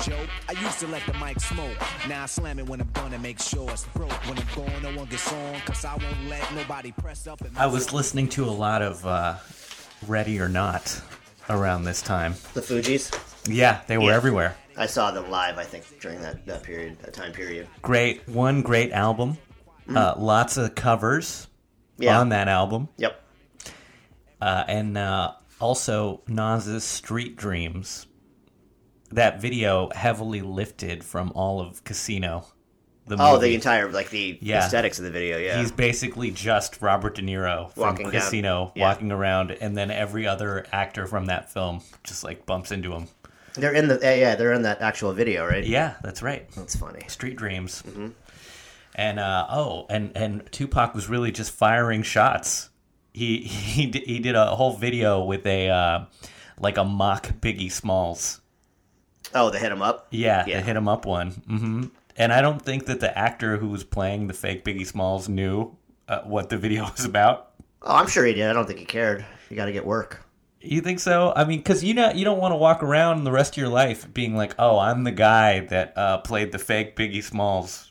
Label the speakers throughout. Speaker 1: joke. I used to let the mic smoke. Now I slam it when I'm done and make sure it's broke. When I'm gone, no one gets on, cause I won't let nobody press up. And
Speaker 2: I was listening to a lot of uh, Ready or Not around this time.
Speaker 3: The Fugees.
Speaker 2: Yeah, they were
Speaker 3: Yeah.
Speaker 2: everywhere.
Speaker 3: I saw them live. I think during that, that period, that time period.
Speaker 2: Great, one great album. Uh, lots of covers
Speaker 3: Mm-hmm. Yeah.
Speaker 2: on that album,
Speaker 3: Yep.
Speaker 2: uh, and uh, also Nas's "Street Dreams." That video heavily lifted from all of Casino. The
Speaker 3: Oh,
Speaker 2: movie.
Speaker 3: the entire like the
Speaker 2: Yeah.
Speaker 3: aesthetics of the video. Yeah.
Speaker 2: He's basically just Robert De Niro from
Speaker 3: Walking down-
Speaker 2: Casino
Speaker 3: yeah.
Speaker 2: walking around, and then every other actor from that film just like bumps into him.
Speaker 3: They're in the yeah, yeah. They're in that actual video, right?
Speaker 2: Yeah, that's right.
Speaker 3: That's funny.
Speaker 2: Street Dreams.
Speaker 3: Mm-hmm.
Speaker 2: And uh, oh, and and Tupac was really just firing shots. He he di- he did a whole video with a uh, like a mock Biggie Smalls.
Speaker 3: Oh, they hit him up.
Speaker 2: Yeah,
Speaker 3: Yeah.
Speaker 2: the hit him up one. hmm And I don't think that the actor who was playing the fake Biggie Smalls knew uh, what the video was about.
Speaker 3: Oh, I'm sure he did. I don't think he cared. You got to get work.
Speaker 2: You think so? I mean, because you know you don't want to walk around the rest of your life being like, "Oh, I'm the guy that uh, played the fake Biggie Smalls."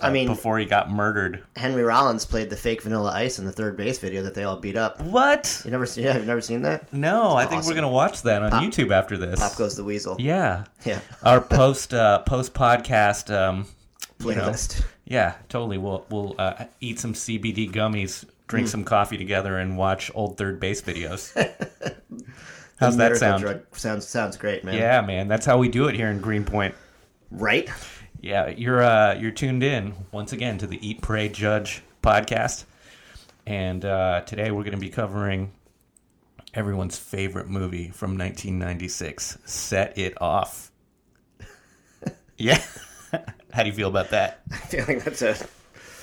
Speaker 3: I
Speaker 2: uh,
Speaker 3: mean-
Speaker 2: before he got murdered.
Speaker 3: Henry Rollins played the fake Vanilla Ice in the third base video that they all beat up.
Speaker 2: What?
Speaker 3: You never seen? Yeah, you've never seen that?
Speaker 2: No, I think
Speaker 3: awesome.
Speaker 2: we're gonna watch that on YouTube after this.
Speaker 3: Pop goes the weasel.
Speaker 2: Yeah,
Speaker 3: Yeah.
Speaker 2: our post uh, post podcast. Um, you know,
Speaker 3: Playlist.
Speaker 2: yeah, totally. We'll we'll uh, eat some CBD gummies,
Speaker 3: Hmm.
Speaker 2: drink some coffee together, and watch old third base videos. How's that
Speaker 3: Miracle
Speaker 2: sound?
Speaker 3: Drug. Sounds sounds great, man.
Speaker 2: Yeah, man, that's how we do it here in Greenpoint.
Speaker 3: Right.
Speaker 2: Yeah, you're uh, you're tuned in once again to the Eat Pray Judge podcast, and uh, today we're going to be covering everyone's favorite movie from 1996, Set It Off. yeah, how do you feel about that?
Speaker 3: I feel like that's a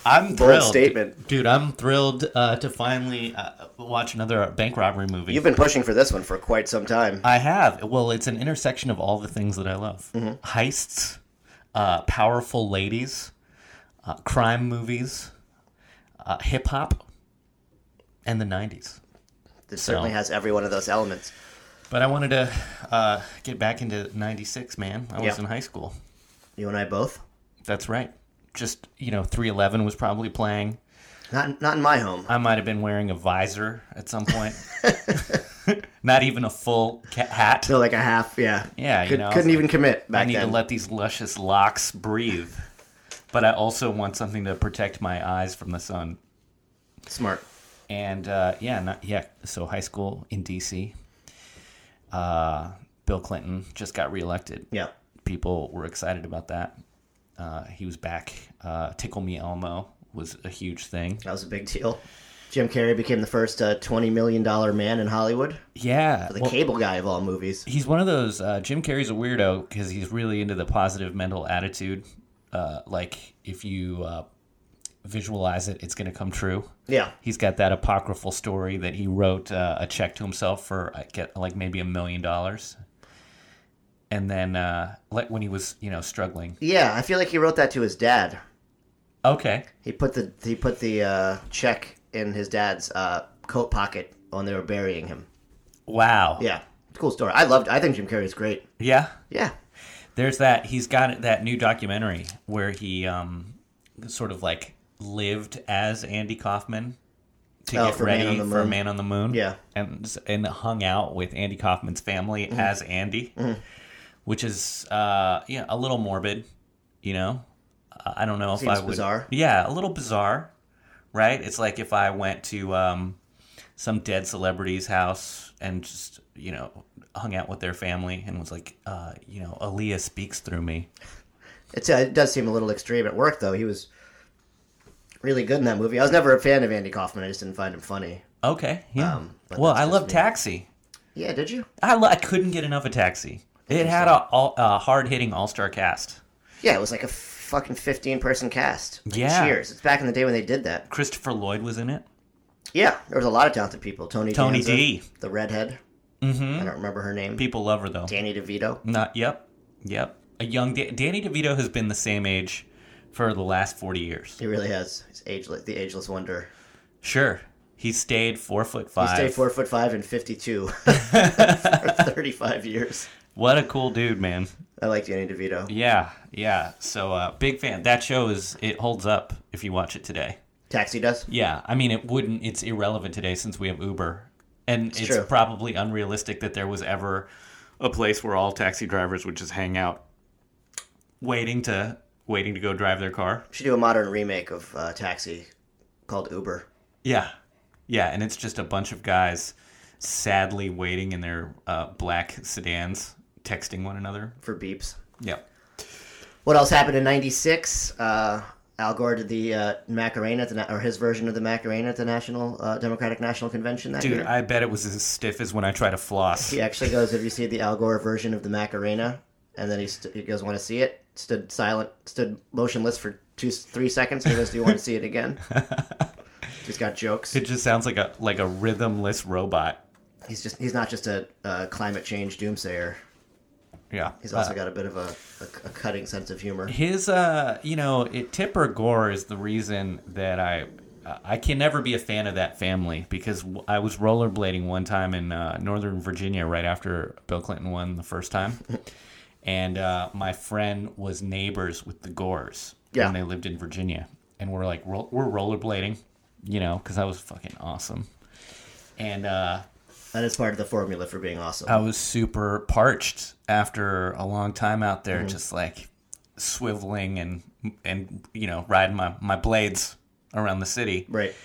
Speaker 2: I'm
Speaker 3: Bold
Speaker 2: thrilled,
Speaker 3: statement.
Speaker 2: dude. I'm thrilled uh, to finally uh, watch another bank robbery movie.
Speaker 3: You've been pushing for this one for quite some time.
Speaker 2: I have. Well, it's an intersection of all the things that I love: heists, uh, powerful ladies, uh, crime movies, uh, hip hop, and the '90s.
Speaker 3: This certainly has every one of those elements.
Speaker 2: But I wanted to uh, get back into '96, man. I was
Speaker 3: Yeah.
Speaker 2: in high school.
Speaker 3: You and I both.
Speaker 2: That's right. Just you know, 311 was probably playing.
Speaker 3: Not not in my home.
Speaker 2: I might have been wearing a visor at some point. Not even a full ca- hat.
Speaker 3: So like a half. Yeah.
Speaker 2: Yeah, you
Speaker 3: Could,
Speaker 2: know,
Speaker 3: couldn't even commit back
Speaker 2: I need
Speaker 3: then.
Speaker 2: to let these luscious locks breathe. But I also want something to protect my eyes from the sun.
Speaker 3: Smart.
Speaker 2: And uh, yeah, not, yeah. So high school in D.C. Uh, Bill Clinton just got reelected.
Speaker 3: Yeah.
Speaker 2: people were excited about that. Uh, he was back. Uh, Tickle Me Elmo was a huge thing.
Speaker 3: That was a big deal. Jim Carrey became the first uh, twenty million dollar man in Hollywood.
Speaker 2: Yeah,
Speaker 3: The
Speaker 2: well,
Speaker 3: cable guy of all movies.
Speaker 2: he's one of those uh, jim carrey's a weirdo because he's really into the positive mental attitude uh, like if you uh, visualize it it's going to come true
Speaker 3: Yeah.
Speaker 2: he's got that apocryphal story that he wrote uh, a check to himself for I get like maybe a million dollars and then uh, like when he was you know struggling
Speaker 3: Yeah. I feel like he wrote that to his dad.
Speaker 2: okay
Speaker 3: He put the he put the uh, check in his dad's uh, coat pocket when they were burying him.
Speaker 2: wow
Speaker 3: Yeah, cool story. I loved. I think Jim Carrey's great.
Speaker 2: yeah
Speaker 3: Yeah,
Speaker 2: there's that he's got that new documentary where he um sort of like lived as Andy Kaufman to
Speaker 3: Oh,
Speaker 2: get
Speaker 3: for Man
Speaker 2: ready
Speaker 3: on the
Speaker 2: for
Speaker 3: Moon.
Speaker 2: Man on the Moon.
Speaker 3: Yeah.
Speaker 2: And and hung out with Andy Kaufman's family
Speaker 3: Mm-hmm.
Speaker 2: as Andy, which is uh yeah, a little morbid, you know. Uh, I I don't know if
Speaker 3: Seems
Speaker 2: I would
Speaker 3: bizarre.
Speaker 2: Yeah, a little bizarre, right? It's like if I went to um some dead celebrity's house and just you know hung out with their family and was like uh you know Aaliyah speaks through me
Speaker 3: it's, uh, it does seem a little extreme at work though. He was really good in that movie. I was never a fan of Andy Kaufman. I just didn't find him funny.
Speaker 2: okay yeah
Speaker 3: Um, but
Speaker 2: well
Speaker 3: that's
Speaker 2: I
Speaker 3: just
Speaker 2: love
Speaker 3: me.
Speaker 2: Taxi
Speaker 3: Yeah, did you?
Speaker 2: I, lo- I couldn't get enough of Taxi it had a, all- a hard hitting all star cast
Speaker 3: Yeah, it was like a fucking fifteen person cast. Like,
Speaker 2: Yeah.
Speaker 3: Cheers. It's back in the day when they did that.
Speaker 2: Christopher Lloyd was in it
Speaker 3: Yeah, there was a lot of talented people. Tony
Speaker 2: Tony
Speaker 3: Danza,
Speaker 2: D.
Speaker 3: the redhead. Mm-hmm. I don't remember her name.
Speaker 2: people love her though
Speaker 3: Danny DeVito.
Speaker 2: not yep yep a young da- Danny DeVito has been the same age for the last forty years
Speaker 3: He really has. He's ageless. The ageless wonder.
Speaker 2: sure he stayed four foot
Speaker 3: He
Speaker 2: five
Speaker 3: stayed four foot five and fifty two for thirty five years.
Speaker 2: What a cool dude, man.
Speaker 3: I like Danny DeVito.
Speaker 2: Yeah, yeah. So uh, big fan. That show is it holds up if you watch it today.
Speaker 3: Taxi does.
Speaker 2: Yeah, I mean it wouldn't. It's irrelevant today since we have Uber, and it's,
Speaker 3: true.
Speaker 2: probably unrealistic that there was ever a place where all taxi drivers would just hang out, waiting to waiting to go drive their car.
Speaker 3: Should do a modern remake of uh, Taxi called Uber.
Speaker 2: Yeah, yeah, and it's just a bunch of guys sadly waiting in their uh, black sedans, texting one another.
Speaker 3: for beeps.
Speaker 2: Yeah.
Speaker 3: What else happened in '96? Uh, Al Gore did the uh, Macarena, at the, na- or his version of the Macarena at the National uh, Democratic National Convention that
Speaker 2: Dude,
Speaker 3: year.
Speaker 2: I bet it was as stiff as when I try to floss.
Speaker 3: he actually goes, "Have you seen the Al Gore version of the Macarena?" And then he, st- he goes, "Want to see it?" Stood silent, stood motionless for two, three seconds. He goes, "Do you want to see it again?" He's got jokes.
Speaker 2: It just sounds like a like a rhythmless robot.
Speaker 3: He's just—he's not just a uh, climate change doomsayer.
Speaker 2: Yeah.
Speaker 3: He's also got a bit of a, a, a cutting sense of humor.
Speaker 2: his uh you know it, tipper gore is the reason that i uh, i can never be a fan of that family because w- i was rollerblading one time in uh, northern virginia right after bill clinton won the first time and uh, my friend was neighbors with the gores
Speaker 3: Yeah.
Speaker 2: when they lived in virginia and we're like roll, we're rollerblading you know because i was fucking awesome and uh
Speaker 3: That is part of the formula for being awesome.
Speaker 2: I was super parched after a long time out there, just like swiveling and and you know riding my my blades around the city.
Speaker 3: Right.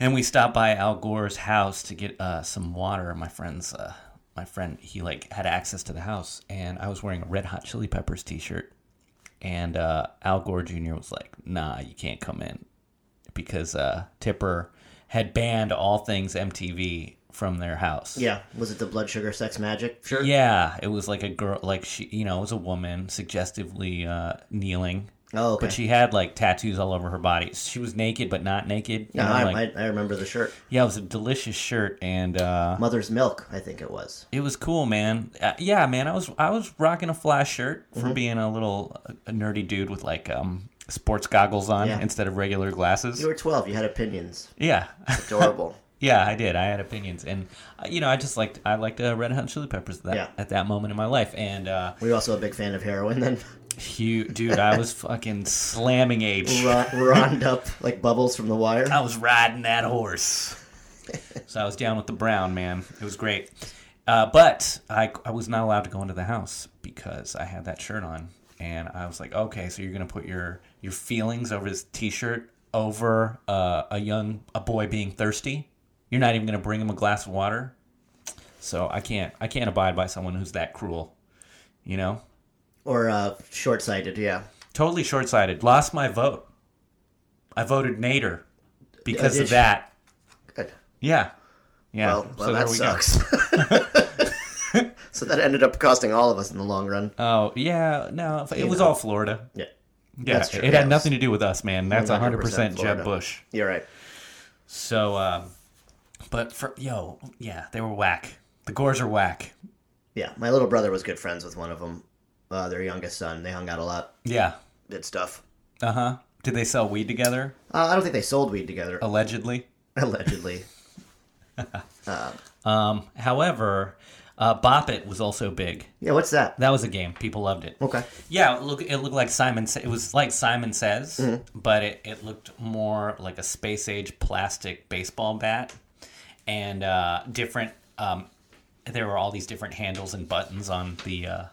Speaker 2: And we stopped by Al Gore's house to get uh, some water. My friend's uh, my friend he like had access to the house, and I was wearing a Red Hot Chili Peppers T-shirt. And uh, Al Gore Jr. was like, "Nah, you can't come in," because uh, Tipper had banned all things MTV from their house.
Speaker 3: Yeah. Was it the blood sugar sex magic? Sure.
Speaker 2: Yeah, it was like a girl, like she, you know, it was a woman suggestively uh, kneeling,
Speaker 3: Oh, okay.
Speaker 2: but she had like tattoos all over her body. She was naked, but not naked. you
Speaker 3: No,
Speaker 2: know,
Speaker 3: I,
Speaker 2: like-
Speaker 3: I, I remember the shirt.
Speaker 2: yeah, it was a delicious shirt, and uh,
Speaker 3: Mother's Milk, I think it was.
Speaker 2: it was cool, man. Uh, yeah, man, I was I was rocking a fly shirt
Speaker 3: Mm-hmm.
Speaker 2: for being a little uh, a nerdy dude with like um sports goggles on
Speaker 3: Yeah.
Speaker 2: instead of regular glasses.
Speaker 3: You were 12. You had opinions.
Speaker 2: yeah.
Speaker 3: Adorable.
Speaker 2: Yeah, I did. I had opinions, and uh, you know, I just liked I liked uh, Red Hot Chili Peppers that,
Speaker 3: Yeah.
Speaker 2: at that moment in my life, and uh,
Speaker 3: were you also a big fan of heroin then?
Speaker 2: Huge, dude, I was fucking slamming age.
Speaker 3: Ro- Round up like bubbles from the wire.
Speaker 2: I was riding that horse. So I was down with the brown, man. It was great. Uh, but I, I was not allowed to go into the house because I had that shirt on. And I was like, okay, so you're going to put your, your feelings over this t shirt over uh, a young a boy being thirsty? You're not even going to bring him a glass of water? So I can't I can't abide by someone who's that cruel, you know.
Speaker 3: Or uh, short sighted, yeah.
Speaker 2: totally short-sighted. Lost my vote. I voted Nader because
Speaker 3: Yeah,
Speaker 2: of
Speaker 3: did you?
Speaker 2: that.
Speaker 3: Good.
Speaker 2: Yeah, yeah.
Speaker 3: Well, well that
Speaker 2: go.
Speaker 3: sucks. so that ended up costing all of us in the long run.
Speaker 2: Oh yeah, no, it was all Florida.
Speaker 3: Yeah.
Speaker 2: Yeah,
Speaker 3: That's true.
Speaker 2: it
Speaker 3: Yeah,
Speaker 2: had
Speaker 3: it was
Speaker 2: nothing to do with us, man. That's 100 percent
Speaker 3: 100%
Speaker 2: Jeb
Speaker 3: Florida.
Speaker 2: Bush.
Speaker 3: You're right.
Speaker 2: So, um, but for yo, yeah, they were whack. The Gores are whack.
Speaker 3: Yeah. My little brother was good friends with one of them, uh, their youngest son. They hung out a lot,
Speaker 2: Yeah.
Speaker 3: did stuff.
Speaker 2: Uh huh. Did they sell weed together?
Speaker 3: Uh, I don't think they sold weed together,
Speaker 2: Allegedly.
Speaker 3: allegedly.
Speaker 2: Um. However, uh, Bop It was also big.
Speaker 3: Yeah, what's that?
Speaker 2: That was a game. People loved it.
Speaker 3: Okay.
Speaker 2: Yeah, it look it looked like Simon. Sa- It was like Simon Says,
Speaker 3: Mm-hmm.
Speaker 2: but it, it looked more like a space age plastic baseball bat, and uh, different. Um, there were all these different handles and buttons on the uh,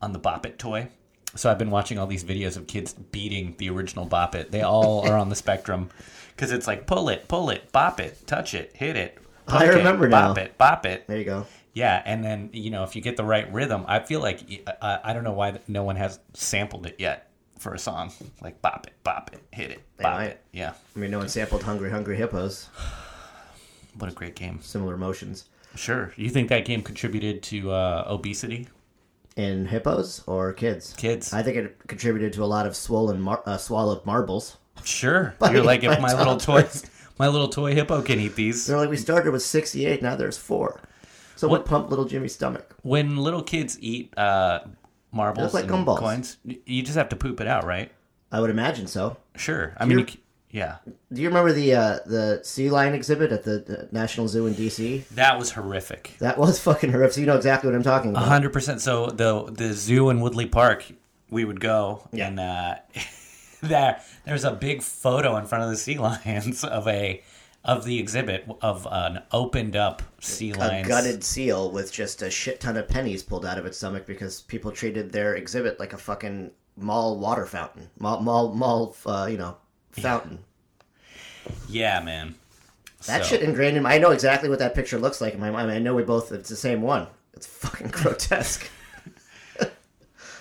Speaker 2: on the Bop It toy. So I've been watching all these videos of kids beating the original Bop It. They all are on the spectrum because it's like pull it, pull it, bop it, touch it, hit it.
Speaker 3: I
Speaker 2: poke it,
Speaker 3: remember
Speaker 2: bop
Speaker 3: now.
Speaker 2: it, bop it.
Speaker 3: There you go.
Speaker 2: Yeah, and then you know if you get the right rhythm, I feel like I, I don't know why no one has sampled it yet for a song like bop it, bop it, hit it, bop
Speaker 3: might.
Speaker 2: it. Yeah,
Speaker 3: I mean, no one sampled Hungry Hungry Hippos.
Speaker 2: what a great game.
Speaker 3: Similar motions.
Speaker 2: Sure, you think that game contributed to uh, obesity?
Speaker 3: In hippos or kids?
Speaker 2: Kids.
Speaker 3: I think it contributed to a lot of swollen, mar- uh, swallowed marbles.
Speaker 2: Sure, you're like if
Speaker 3: my
Speaker 2: my little toy,
Speaker 3: toddlers.
Speaker 2: my little toy hippo can eat these.
Speaker 3: They're like, we started with 68, now there's four. So what pumped little Jimmy's stomach?
Speaker 2: When little kids eat uh, marbles
Speaker 3: like
Speaker 2: and
Speaker 3: gumballs.
Speaker 2: coins, y- you just have to poop it out, right?
Speaker 3: I would imagine so.
Speaker 2: Sure. I mean, you,
Speaker 3: Here-
Speaker 2: c- Yeah,
Speaker 3: Do you remember the uh, the sea lion exhibit at the uh, National Zoo in D.C.?
Speaker 2: that was horrific.
Speaker 3: That was fucking horrific. So you know exactly what I'm talking about.
Speaker 2: hundred percent. So the the zoo in Woodley Park, we would go
Speaker 3: Yeah.
Speaker 2: and uh, there there's a big photo in front of the sea lions of a of the exhibit of an opened up sea
Speaker 3: A
Speaker 2: lions.
Speaker 3: gutted seal with just a shit ton of pennies pulled out of its stomach because people treated their exhibit like a fucking mall water fountain, mall mall mall, uh, you know, fountain.
Speaker 2: Yeah, man.
Speaker 3: That
Speaker 2: So-
Speaker 3: shit ingrained in my. I know exactly what that picture looks like in my mind. I know we both. It's the same one. It's fucking grotesque.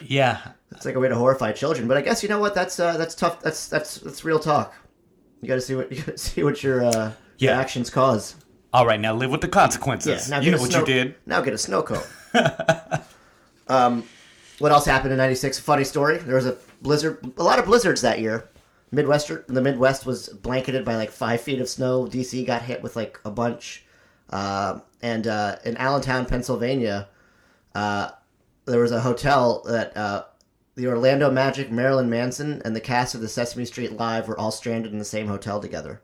Speaker 2: Yeah,
Speaker 3: it's like a way to horrify children. But I guess you know what? That's uh, that's tough. That's that's that's real talk. You got to see what you gotta see what your uh, your
Speaker 2: Yeah.
Speaker 3: actions cause.
Speaker 2: All right, now live with the consequences.
Speaker 3: now
Speaker 2: you
Speaker 3: get
Speaker 2: know
Speaker 3: a
Speaker 2: what
Speaker 3: snow-
Speaker 2: you did.
Speaker 3: Now get a snow cone. um, what else happened in '96? Funny story. There was a blizzard. A lot of blizzards that year. Midwestern. The Midwest was blanketed by like five feet of snow. DC got hit with like a bunch. Um and uh, in Allentown, Pennsylvania, uh, there was a hotel that uh, the Orlando Magic, Marilyn Manson, and the cast of the Sesame Street Live were all stranded in the same hotel together.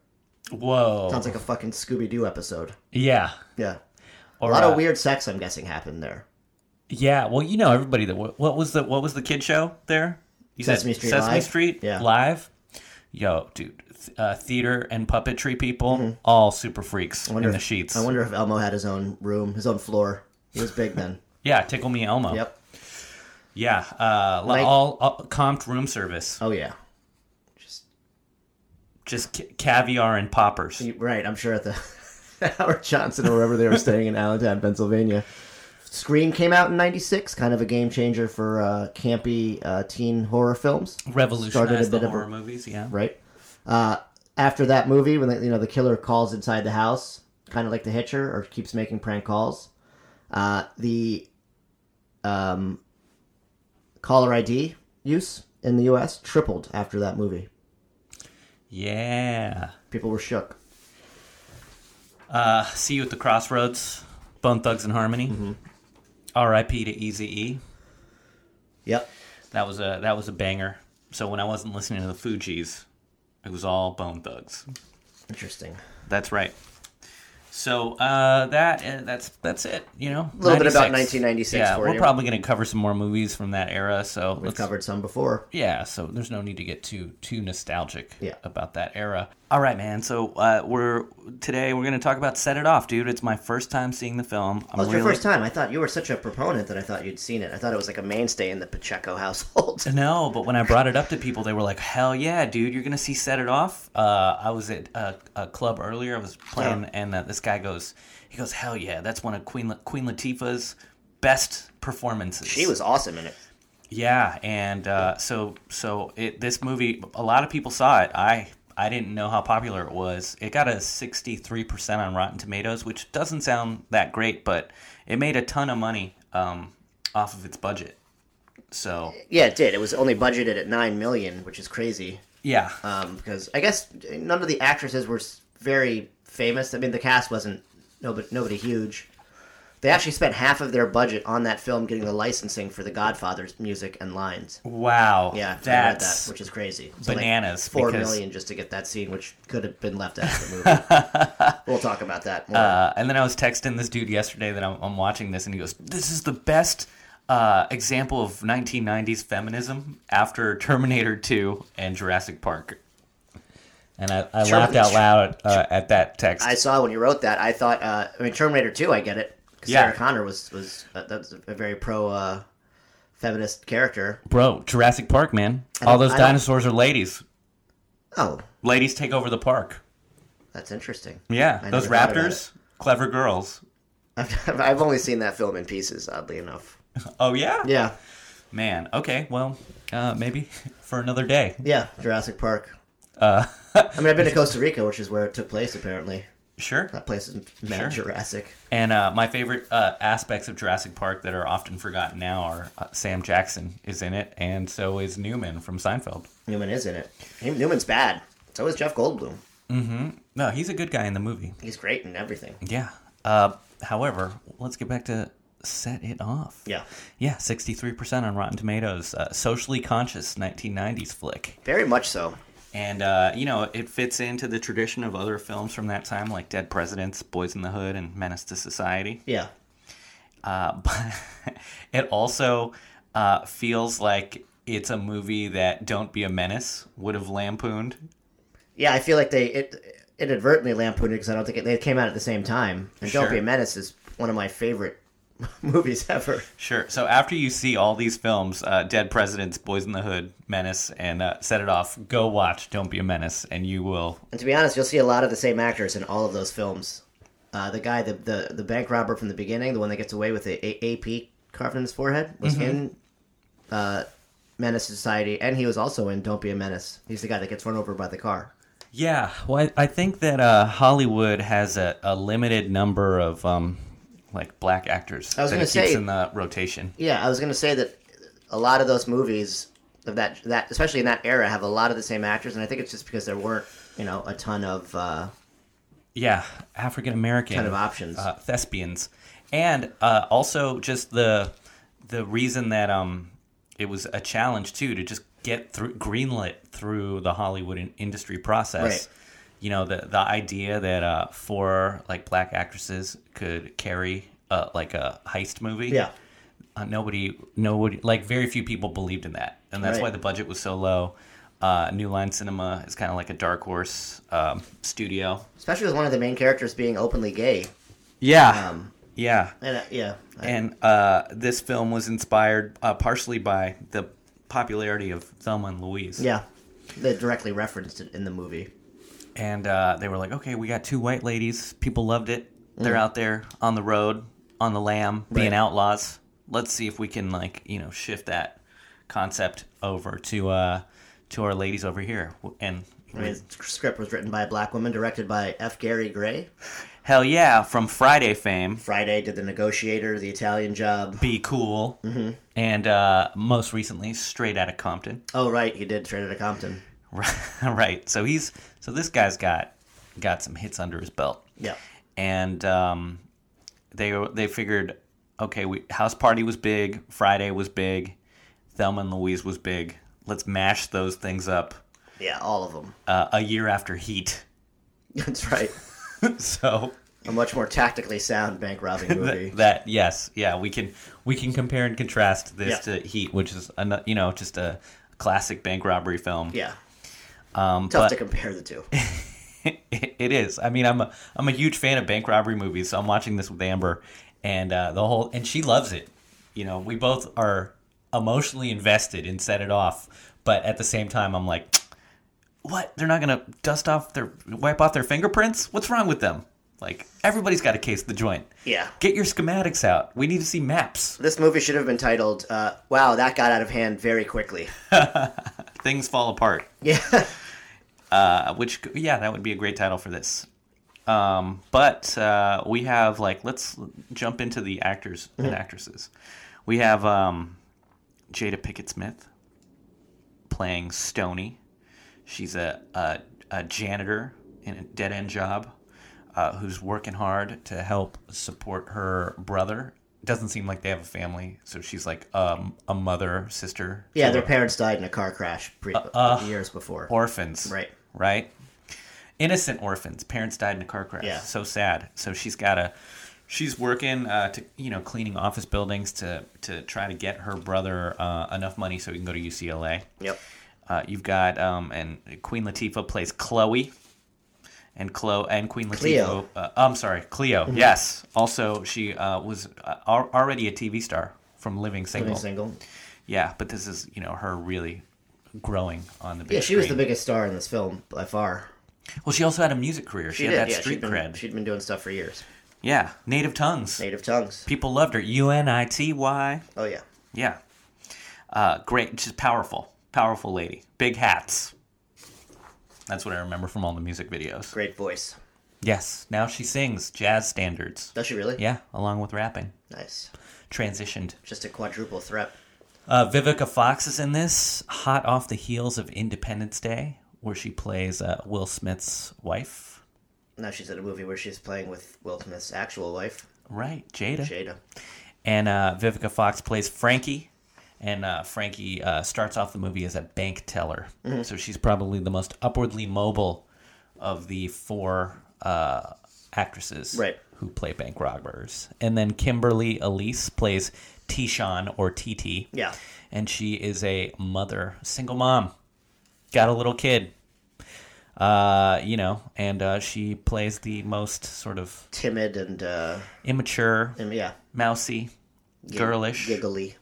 Speaker 2: Whoa.
Speaker 3: Sounds like a fucking Scooby Doo episode.
Speaker 2: yeah.
Speaker 3: Yeah.
Speaker 2: Or,
Speaker 3: A lot
Speaker 2: uh,
Speaker 3: of weird sex, I'm guessing, happened there.
Speaker 2: Yeah. Well, you know everybody that what, what was the what was the kid show there? You
Speaker 3: Sesame Street
Speaker 2: Sesame
Speaker 3: Live?
Speaker 2: Street
Speaker 3: Yeah.
Speaker 2: live. Yo, dude, th- uh, theater and puppetry people, all super freaks in the sheets.
Speaker 3: Mm-hmm. I wonder if Elmo had his own room, his own floor. He was big then.
Speaker 2: yeah, tickle me Elmo.
Speaker 3: yep.
Speaker 2: Yeah, uh, li-
Speaker 3: Like-
Speaker 2: all, all comped room service,
Speaker 3: Oh yeah.
Speaker 2: just ca- caviar and poppers.
Speaker 3: You- Right. I'm sure at the Howard Johnson or wherever they were staying in Allentown, Pennsylvania. Scream came out in '96, kind of a game changer for uh, campy uh, teen horror films. started a
Speaker 2: Revolutionized the
Speaker 3: bit of a-
Speaker 2: horror movies. Yeah.
Speaker 3: right? Uh, after that movie, when the, you know the killer calls inside the house, kind of like the Hitcher, or keeps making prank calls, uh, the um, caller ID use in the U.S. tripled after that movie.
Speaker 2: Yeah.
Speaker 3: People were shook.
Speaker 2: Uh, see you at the crossroads. Bone Thugs and Harmony.
Speaker 3: Mm-hmm.
Speaker 2: R.I.P. to Easy E.
Speaker 3: Yep.
Speaker 2: That was a that was a banger. So when I wasn't listening to the Fugees, it was all Bone Thugs.
Speaker 3: Interesting.
Speaker 2: That's right. So uh, that uh, that's that's it. You know, a
Speaker 3: Little bit about 1996
Speaker 2: Yeah,
Speaker 3: for
Speaker 2: we're
Speaker 3: you.
Speaker 2: probably going to cover some more movies from that era. So
Speaker 3: We've
Speaker 2: let's
Speaker 3: covered some before.
Speaker 2: yeah. So there's no need to get too too nostalgic
Speaker 3: Yeah.
Speaker 2: about that era. All right, man. So uh, we're today we're going to talk about Set It Off, dude. It's my first time seeing the film. I'm
Speaker 3: Well, Oh, it's
Speaker 2: really
Speaker 3: your first time. I thought you were such a proponent that I thought you'd seen it. I thought it was like a mainstay in the Pacheco household.
Speaker 2: No, but when I brought it up to people, they were like, "Hell yeah, dude! You're gonna see Set It Off." Uh, I was at a, a club earlier. I was playing, and uh, this guy goes, "He goes, hell yeah! That's one of Queen La- Queen Latifah's best performances."
Speaker 3: she was awesome in it.
Speaker 2: yeah, and uh, so so it this movie. A lot of people saw it. I I didn't know how popular it was. It got a 63 percent on Rotten Tomatoes, which doesn't sound that great, but it made a ton of money um, off of its budget. So
Speaker 3: Yeah, it did. It was only budgeted at nine million, which is crazy.
Speaker 2: yeah.
Speaker 3: um, because I guess none of the actresses were s- very famous. I mean, the cast wasn't nobody, nobody huge. They actually spent half of their budget on that film getting the licensing for The Godfather's music and lines.
Speaker 2: Wow.
Speaker 3: Yeah, I read
Speaker 2: that's
Speaker 3: that, which is crazy.
Speaker 2: bananas,
Speaker 3: Four million
Speaker 2: because-
Speaker 3: just to get that scene, which could have been left out of the movie. we'll talk about that more.
Speaker 2: uh, and then I was texting this dude yesterday that I'm, I'm watching this, and he goes, "This is the best uh, example of 1990s feminism after Terminator 2 and Jurassic Park." And I, I laughed out loud uh, at that text.
Speaker 3: I saw when you wrote that. I thought, uh, I mean, Terminator Two. I get it. 'Cause
Speaker 2: Yeah.
Speaker 3: Sarah Connor was was uh, that was a very pro uh, feminist character.
Speaker 2: Bro, Jurassic Park, man! All those
Speaker 3: I don't-
Speaker 2: dinosaurs are ladies.
Speaker 3: Oh,
Speaker 2: Ladies take over the park.
Speaker 3: that's interesting.
Speaker 2: Yeah,
Speaker 3: I
Speaker 2: those
Speaker 3: never thought about
Speaker 2: raptors, clever girls.
Speaker 3: I've, I've only seen that film in pieces, oddly enough.
Speaker 2: Oh yeah,
Speaker 3: Yeah,
Speaker 2: man. Okay, well, uh, maybe for another day.
Speaker 3: yeah, Jurassic Park. Uh, I mean, I've been to Costa Rica, which is where it took place. Apparently,
Speaker 2: Sure.
Speaker 3: that place is mad Jurassic.
Speaker 2: And uh, my favorite uh, aspects of Jurassic Park that are often forgotten now are uh, Sam Jackson is in it, and so is Newman from Seinfeld.
Speaker 3: Newman is in it. Hey, Newman's bad. So is Jeff Goldblum.
Speaker 2: No, he's a good guy in the movie.
Speaker 3: He's great in everything.
Speaker 2: Yeah. Uh, however, let's get back to Set It Off.
Speaker 3: Yeah,
Speaker 2: Yeah, 63% on Rotten Tomatoes. Uh, socially conscious 1990s flick.
Speaker 3: very much so.
Speaker 2: And, uh, you know, it fits into the tradition of other films from that time, like Dead Presidents, Boys in the Hood, and Menace to Society.
Speaker 3: Yeah.
Speaker 2: Uh, but it also uh, feels like it's a movie that Don't Be a Menace would have lampooned.
Speaker 3: Yeah, I feel like they it inadvertently lampooned it because I don't think it, they came out at the same time. And Don't
Speaker 2: Sure.
Speaker 3: Be a Menace is one of my favorite movies ever.
Speaker 2: Sure. So after you see all these films, uh, Dead Presidents, Boys in the Hood, Menace, and uh, Set It Off, go watch Don't Be a Menace, and you will.
Speaker 3: And to be honest, you'll see a lot of the same actors in all of those films. Uh, the guy, the, the the bank robber from the beginning, the one that gets away with the a- AP carved in his forehead, was in uh, Menace to Society, and he was also in Don't Be a Menace. He's the guy that gets run over by the car.
Speaker 2: Yeah. Well, I, I think that uh, Hollywood has a, a limited number of um, like black actors
Speaker 3: I was
Speaker 2: that
Speaker 3: gonna
Speaker 2: it keeps
Speaker 3: say-
Speaker 2: in the rotation.
Speaker 3: Yeah, I was gonna say that a lot of those movies of that that especially in that era have a lot of the same actors, and I think it's just because there weren't you know a ton of uh,
Speaker 2: Yeah, African American
Speaker 3: Kind of options.
Speaker 2: uh, thespians, and uh, also just the the reason that um it was a challenge too to just get through greenlit through the Hollywood in- industry process.
Speaker 3: Right.
Speaker 2: You know the the idea that uh, four like black actresses could carry uh, like a heist movie.
Speaker 3: Yeah.
Speaker 2: Uh, nobody, nobody, like very few people believed in that, and that's
Speaker 3: Right.
Speaker 2: why the budget was so low. Uh, New Line Cinema is kind of like a dark horse um, studio.
Speaker 3: especially with one of the main characters being openly gay.
Speaker 2: Yeah.
Speaker 3: Um,
Speaker 2: yeah.
Speaker 3: and uh, yeah, I-
Speaker 2: And uh, this film was inspired uh, partially by the popularity of Thelma and Louise.
Speaker 3: yeah, they directly referenced it in the movie.
Speaker 2: And uh, they were like, okay, we got two white ladies. People loved it. They're out there on the road, on the lam, being
Speaker 3: Mm. Right.
Speaker 2: outlaws. Let's see if we can, like, you know, shift that concept over to uh, to our ladies over here. And
Speaker 3: I mean, the script was written by a black woman, directed by F. Gary Gray.
Speaker 2: hell yeah, from Friday fame,
Speaker 3: Friday did The Negotiator, The Italian Job.
Speaker 2: Be Cool.
Speaker 3: Mm-hmm.
Speaker 2: And uh, most recently, Straight Outta Compton.
Speaker 3: Oh, right, he did Straight Outta Compton.
Speaker 2: right. So he's so this guy's got got some hits under his belt,
Speaker 3: Yeah,
Speaker 2: and um, they they figured, okay, we, House Party was big, Friday was big, Thelma and Louise was big. Let's mash those things up
Speaker 3: yeah, all of them.
Speaker 2: uh, a year after Heat.
Speaker 3: That's right.
Speaker 2: so
Speaker 3: A much more tactically sound bank robbing movie.
Speaker 2: that yes, yeah, we can we can compare and contrast this
Speaker 3: Yeah.
Speaker 2: to Heat, which is ano- you know just a classic bank robbery film.
Speaker 3: yeah,
Speaker 2: um,
Speaker 3: tough
Speaker 2: but-
Speaker 3: to compare the two.
Speaker 2: it is. I mean, I'm a I'm a huge fan of bank robbery movies, so I'm watching this with Amber, and uh, the whole and she loves it. You know, we both are emotionally invested in set it off, but at the same time, I'm like, what? They're not gonna dust off their wipe off their fingerprints? What's wrong with them? Like everybody's got a case of the joint.
Speaker 3: Yeah.
Speaker 2: Get your schematics out. We need to see maps.
Speaker 3: This movie should have been titled, uh, Wow, that got out of hand very quickly.
Speaker 2: Things fall apart.
Speaker 3: Yeah.
Speaker 2: Uh, which yeah, that would be a great title for this. Um, but uh, we have like let's jump into the actors and
Speaker 3: Mm-hmm.
Speaker 2: actresses. We have um, Jada Pickett Smith playing Stony. She's a, a, a janitor in a dead end job uh, who's working hard to help support her brother. Doesn't seem like they have a family, so she's like um, a mother, sister.
Speaker 3: Yeah,
Speaker 2: to
Speaker 3: their parents died in a car crash pre-
Speaker 2: Uh,
Speaker 3: years before.
Speaker 2: orphans.
Speaker 3: Right.
Speaker 2: Right. Innocent orphans. Parents died in a car crash.
Speaker 3: Yeah.
Speaker 2: So sad. So she's got to. She's working uh, to you know cleaning office buildings to to try to get her brother uh, enough money so he can go to UCLA.
Speaker 3: Yep.
Speaker 2: Uh, you've got um, and Queen Latifah plays Chloe, and Chloe and Queen Latifah.
Speaker 3: Cleo. Mm-hmm.
Speaker 2: Uh, I'm sorry, Cleo. Yes. Also, she uh, was uh, al- already a TV star from Living Single.
Speaker 3: Living single.
Speaker 2: Yeah, but this is you know her really growing on the big
Speaker 3: Yeah, she was the
Speaker 2: screen.
Speaker 3: biggest star in this film by far.
Speaker 2: Well, she also had a music career. She, had that
Speaker 3: yeah,
Speaker 2: street
Speaker 3: she'd been,
Speaker 2: cred.
Speaker 3: She'd been doing stuff for years.
Speaker 2: Yeah, native tongues.
Speaker 3: Native tongues.
Speaker 2: People loved her. U N I T Y.
Speaker 3: Oh yeah.
Speaker 2: Yeah. Uh, great. She's powerful. Powerful lady. Big hats. That's what I remember from all the music videos.
Speaker 3: Great voice.
Speaker 2: Yes. Now she sings jazz standards.
Speaker 3: Does she really?
Speaker 2: Yeah, along with rapping.
Speaker 3: Nice.
Speaker 2: Transitioned.
Speaker 3: Just a quadruple threat.
Speaker 2: Uh, Vivica Fox is in this, hot off the heels of Independence Day, where she plays uh, Will Smith's wife.
Speaker 3: Now she's in a movie where she's playing with Will Smith's actual wife,
Speaker 2: Right, Jada.
Speaker 3: Jada.
Speaker 2: and uh, Vivica Fox plays Frankie, And uh, Frankie uh, starts off the movie as a bank teller,
Speaker 3: Mm-hmm.
Speaker 2: so she's probably the most upwardly mobile of the four uh, actresses
Speaker 3: Right.
Speaker 2: who play bank robbers. And then Kimberly Elise plays Tishon or TT.
Speaker 3: Yeah.
Speaker 2: and she is a mother, single mom, got a little kid. Uh, you know, and uh, she plays the most sort of
Speaker 3: timid and uh,
Speaker 2: immature,
Speaker 3: and yeah,
Speaker 2: mousy, girlish,
Speaker 3: giggly.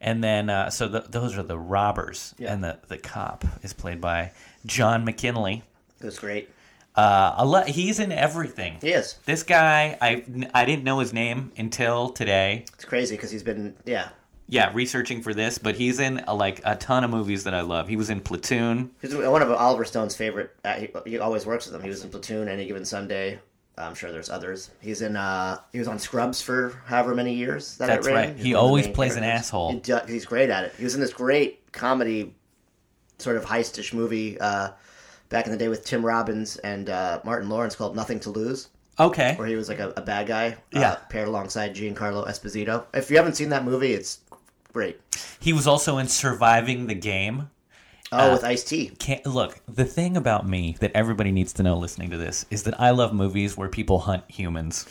Speaker 2: And then, uh, so th those are the robbers, and the, the cop is played by John McKinley.
Speaker 3: It was great.
Speaker 2: Uh, a lot, he's in everything.
Speaker 3: He is.
Speaker 2: This guy, I I didn't know his name until today.
Speaker 3: It's crazy because he's been yeah.
Speaker 2: Yeah, researching for this, but he's in uh, like a ton of movies that I love. He was in Platoon.
Speaker 3: He's one of Oliver Stone's favorite. Uh, he, he always works with him. He was in Platoon, Any Given Sunday. I'm sure there's others. He's in. Uh, he was on Scrubs for however many years. That it
Speaker 2: That's
Speaker 3: ran.
Speaker 2: right.
Speaker 3: He's
Speaker 2: He
Speaker 3: one of the
Speaker 2: always
Speaker 3: main
Speaker 2: plays an
Speaker 3: characters.
Speaker 2: asshole.
Speaker 3: He do- he's great at it. He was in this great comedy, sort of heistish movie uh, back in the day with Tim Robbins and uh, Martin Lawrence called Nothing to Lose,
Speaker 2: Okay.
Speaker 3: where he was like a, a bad guy. uh,
Speaker 2: Yeah.
Speaker 3: paired alongside Giancarlo Esposito. If you haven't seen that movie, it's great.
Speaker 2: He was also in Surviving the Game.
Speaker 3: Oh,
Speaker 2: Uh,
Speaker 3: with Ice T.
Speaker 2: Can't, look, the thing about me that everybody needs to know listening to this is that I love movies where people hunt humans.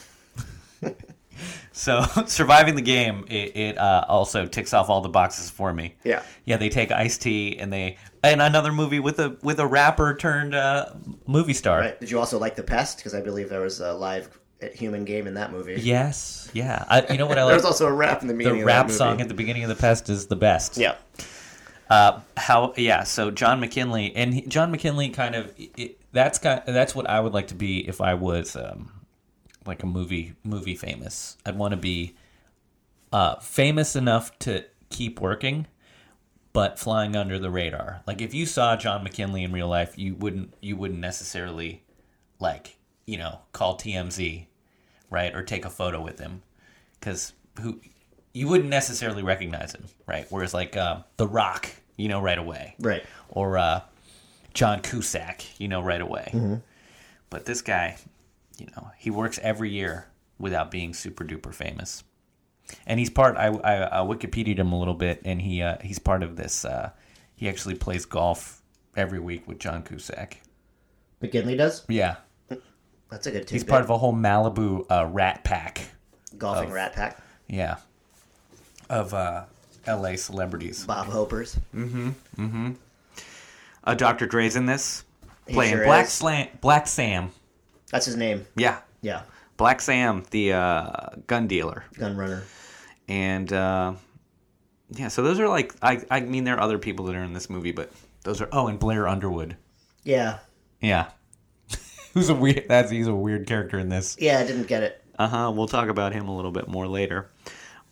Speaker 2: so surviving the game, it, it uh, also ticks off all the boxes for me.
Speaker 3: Yeah.
Speaker 2: yeah. They take Ice T and they and another movie with a with a rapper turned uh, movie star.
Speaker 3: Right. Did you also like The Pest? Because I believe there was a live human game in that movie.
Speaker 2: Yes, yeah. I, you know what I
Speaker 3: There
Speaker 2: like?
Speaker 3: was also a rap in the
Speaker 2: The
Speaker 3: beginning. of that
Speaker 2: rap
Speaker 3: movie.
Speaker 2: song at the beginning of the pest is the best.
Speaker 3: Yeah.
Speaker 2: Uh, how? Yeah. So John McKinley and he, John McKinley kind of it, that's kind that's what I would like to be if I was um, like a movie movie famous. I'd want to be uh, famous enough to keep working, but flying under the radar. Like if you saw John McKinley in real life, you wouldn't you wouldn't necessarily like you know call TMZ, right, or take a photo with him, because who you wouldn't necessarily recognize him, right? Whereas like uh, The Rock, you know right away,
Speaker 3: Right.
Speaker 2: or uh, John Cusack, you know right away.
Speaker 3: Mm-hmm.
Speaker 2: But this guy, you know, he works every year without being super duper famous, and he's part. I I, I Wikipedia'd him a little bit, and he uh, he's part of this. Uh, he actually plays golf every week with John Cusack.
Speaker 3: McKinley does.
Speaker 2: Yeah,
Speaker 3: That's a good.
Speaker 2: he's part Oh. of a whole Malibu uh, Rat Pack.
Speaker 3: golfing Rat Pack.
Speaker 2: Yeah, of uh, L.A. celebrities.
Speaker 3: Bob Hoppers.
Speaker 2: Uh, Dr. Dre's in this,
Speaker 3: He
Speaker 2: playing
Speaker 3: sure
Speaker 2: Black
Speaker 3: is.
Speaker 2: Slam, Black Sam.
Speaker 3: That's his name.
Speaker 2: Yeah,
Speaker 3: Yeah.
Speaker 2: Black Sam, the uh, gun dealer,
Speaker 3: Gun runner.
Speaker 2: and uh, yeah. So those are like, I, I mean, there are other people that are in this movie, but those are. Oh, and Blair Underwood.
Speaker 3: Yeah.
Speaker 2: Yeah, who's a weird? That's he's a weird character in this.
Speaker 3: Yeah. I didn't get it.
Speaker 2: Uh huh. We'll talk about him a little bit more later.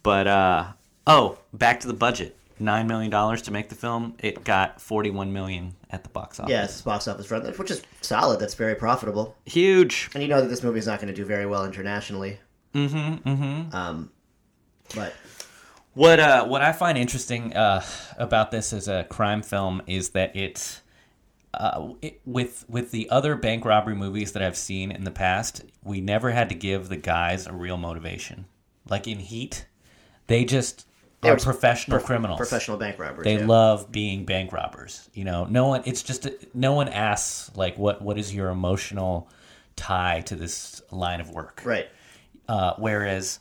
Speaker 2: But uh oh, back to the budget. Nine million dollars to make the film. It got forty-one million at the box office.
Speaker 3: Yeah. It's his box office run, which is solid. That's very profitable.
Speaker 2: huge.
Speaker 3: And you know that this movie's not going to do very well internationally. Mm-hmm. Mm-hmm. Um, but
Speaker 2: What uh, what I find interesting uh, about this as a crime film is that it's uh, it, with with the other bank robbery movies that I've seen in the past, we never had to give the guys a real motivation. Like in Heat, they just are
Speaker 3: were
Speaker 2: professional criminals.
Speaker 3: professional bank robbers.
Speaker 2: They
Speaker 3: yeah.
Speaker 2: love being bank robbers. You know, no one. It's just no one asks like what what is your emotional tie to this line of work.
Speaker 3: right.
Speaker 2: Uh, whereas,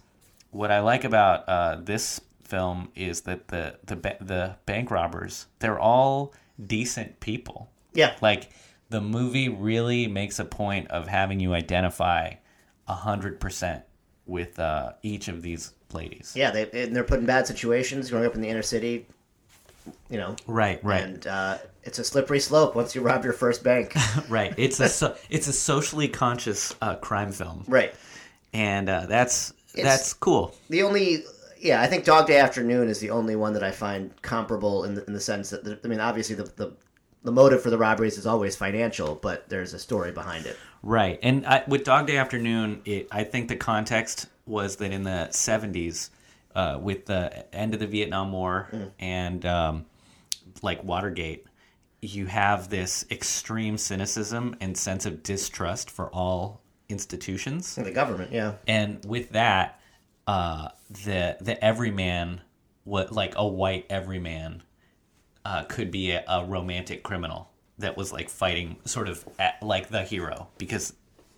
Speaker 2: what I like about uh, this film is that the the ba- the bank robbers they're all decent people.
Speaker 3: Yeah.
Speaker 2: Like the movie really makes a point of having you identify hundred percent with uh, each of these ladies.
Speaker 3: Yeah. They and they're put in bad situations. Growing up in the inner city. You know.
Speaker 2: Right, right,
Speaker 3: And uh, it's a slippery slope once you rob your first bank.
Speaker 2: right. It's a so, it's a socially conscious uh, crime film,
Speaker 3: right.
Speaker 2: and uh, that's that's cool.
Speaker 3: The only, yeah, I think Dog Day Afternoon is the only one that I find comparable in the, in the sense that, the, I mean, obviously the, the the motive for the robberies is always financial, but there's a story behind it.
Speaker 2: Right, and I, with Dog Day Afternoon, it, I think the context was that in the '70s, uh, with the end of the Vietnam War and um, like Watergate, you have this extreme cynicism and sense of distrust for all institutions,
Speaker 3: The government, yeah,
Speaker 2: and with that, uh, the the everyman what like a white everyman uh, could be a, a romantic criminal that was like fighting sort of at, like the hero because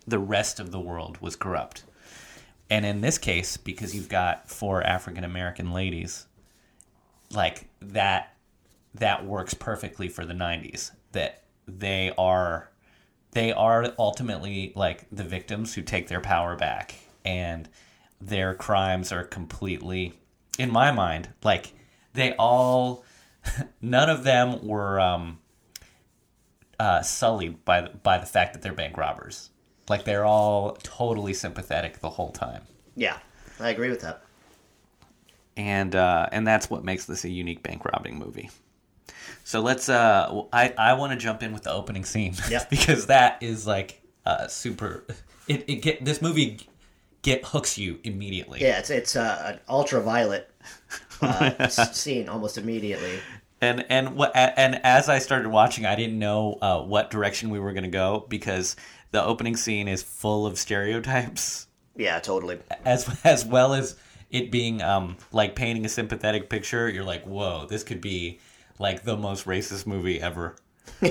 Speaker 2: the rest of the world was corrupt. And in this case, because you've got four African American ladies, like that that works perfectly for the 90s that they are they are ultimately like the victims who take their power back and their crimes are completely in my mind like they all none of them were um uh sullied by the, by the fact that they're bank robbers like they're all totally sympathetic the whole time
Speaker 3: Yeah, I agree with that.
Speaker 2: and uh, and that's what makes this a unique bank robbing movie. So let's. Uh, w- I I want to jump in with the opening scene
Speaker 3: Yep.
Speaker 2: because that is like uh, super. It, it get this movie get hooks you immediately.
Speaker 3: Yeah, it's it's uh, an ultraviolet uh, s- scene almost immediately.
Speaker 2: And and what a- and as I started watching, I didn't know uh, what direction we were gonna go because the opening scene is full of stereotypes.
Speaker 3: Yeah, totally.
Speaker 2: as as well as it being um like painting a sympathetic picture you're like whoa this could be like the most racist movie ever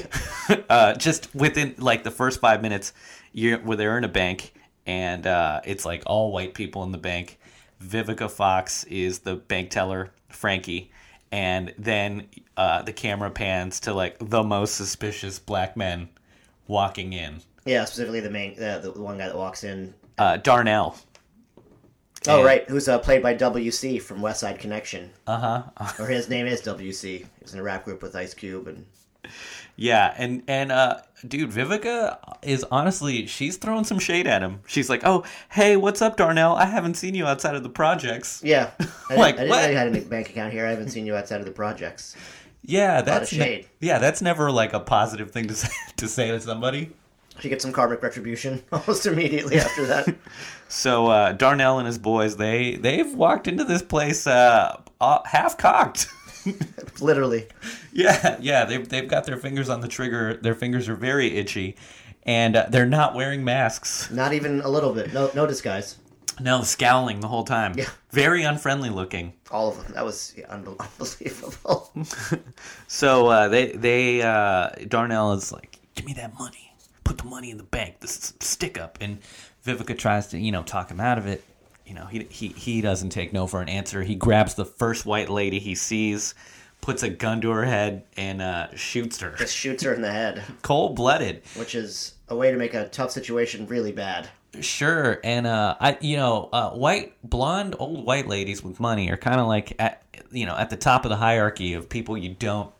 Speaker 2: uh just within like the first five minutes you're where they're in a bank and uh it's like all white people in the bank vivica fox is the bank teller frankie and then uh the camera pans to like the most suspicious black men walking in
Speaker 3: Yeah, specifically the main uh, the one guy that walks in.
Speaker 2: uh darnell
Speaker 3: Oh
Speaker 2: Yeah.
Speaker 3: right, who's uh, played by WC from West Side Connection,
Speaker 2: uh-huh
Speaker 3: or his name is WC. He was in a rap group with Ice Cube, and
Speaker 2: Yeah, and and uh, dude, Vivica is honestly she's throwing some shade at him. She's like, "Oh, hey, what's up, Darnell? I haven't seen you outside of the projects."
Speaker 3: yeah, I didn't,
Speaker 2: Like,
Speaker 3: I didn't
Speaker 2: what?
Speaker 3: know you had a bank account here. I haven't seen you outside of the projects.
Speaker 2: Yeah, that's
Speaker 3: of
Speaker 2: ne-
Speaker 3: shade.
Speaker 2: yeah, that's never like a positive thing to say, to say to somebody.
Speaker 3: She gets some karmic retribution almost immediately after that.
Speaker 2: So uh, Darnell and his boys they they've walked into this place uh, half cocked.
Speaker 3: Literally,
Speaker 2: yeah, yeah, they've they've got their fingers on the trigger. Their fingers are very itchy, and uh, they're not wearing masks.
Speaker 3: not even a little bit. No, no disguise.
Speaker 2: No, scowling the whole time.
Speaker 3: Yeah.
Speaker 2: very unfriendly looking.
Speaker 3: All of them. That was yeah, unbe- unbelievable.
Speaker 2: So uh, they they uh, Darnell is like, give me that money, put the money in the bank, this stick up, and Vivica tries to you know talk him out of it. You know he he he doesn't take no for an answer. He grabs the first white lady he sees, puts a gun to her head, and uh, shoots her
Speaker 3: Just shoots her in the head,
Speaker 2: cold blooded.
Speaker 3: which is a way to make a tough situation really bad.
Speaker 2: Sure, and uh, I you know uh, white blonde old white ladies with money are kind of like at you know at the top of the hierarchy of people you don't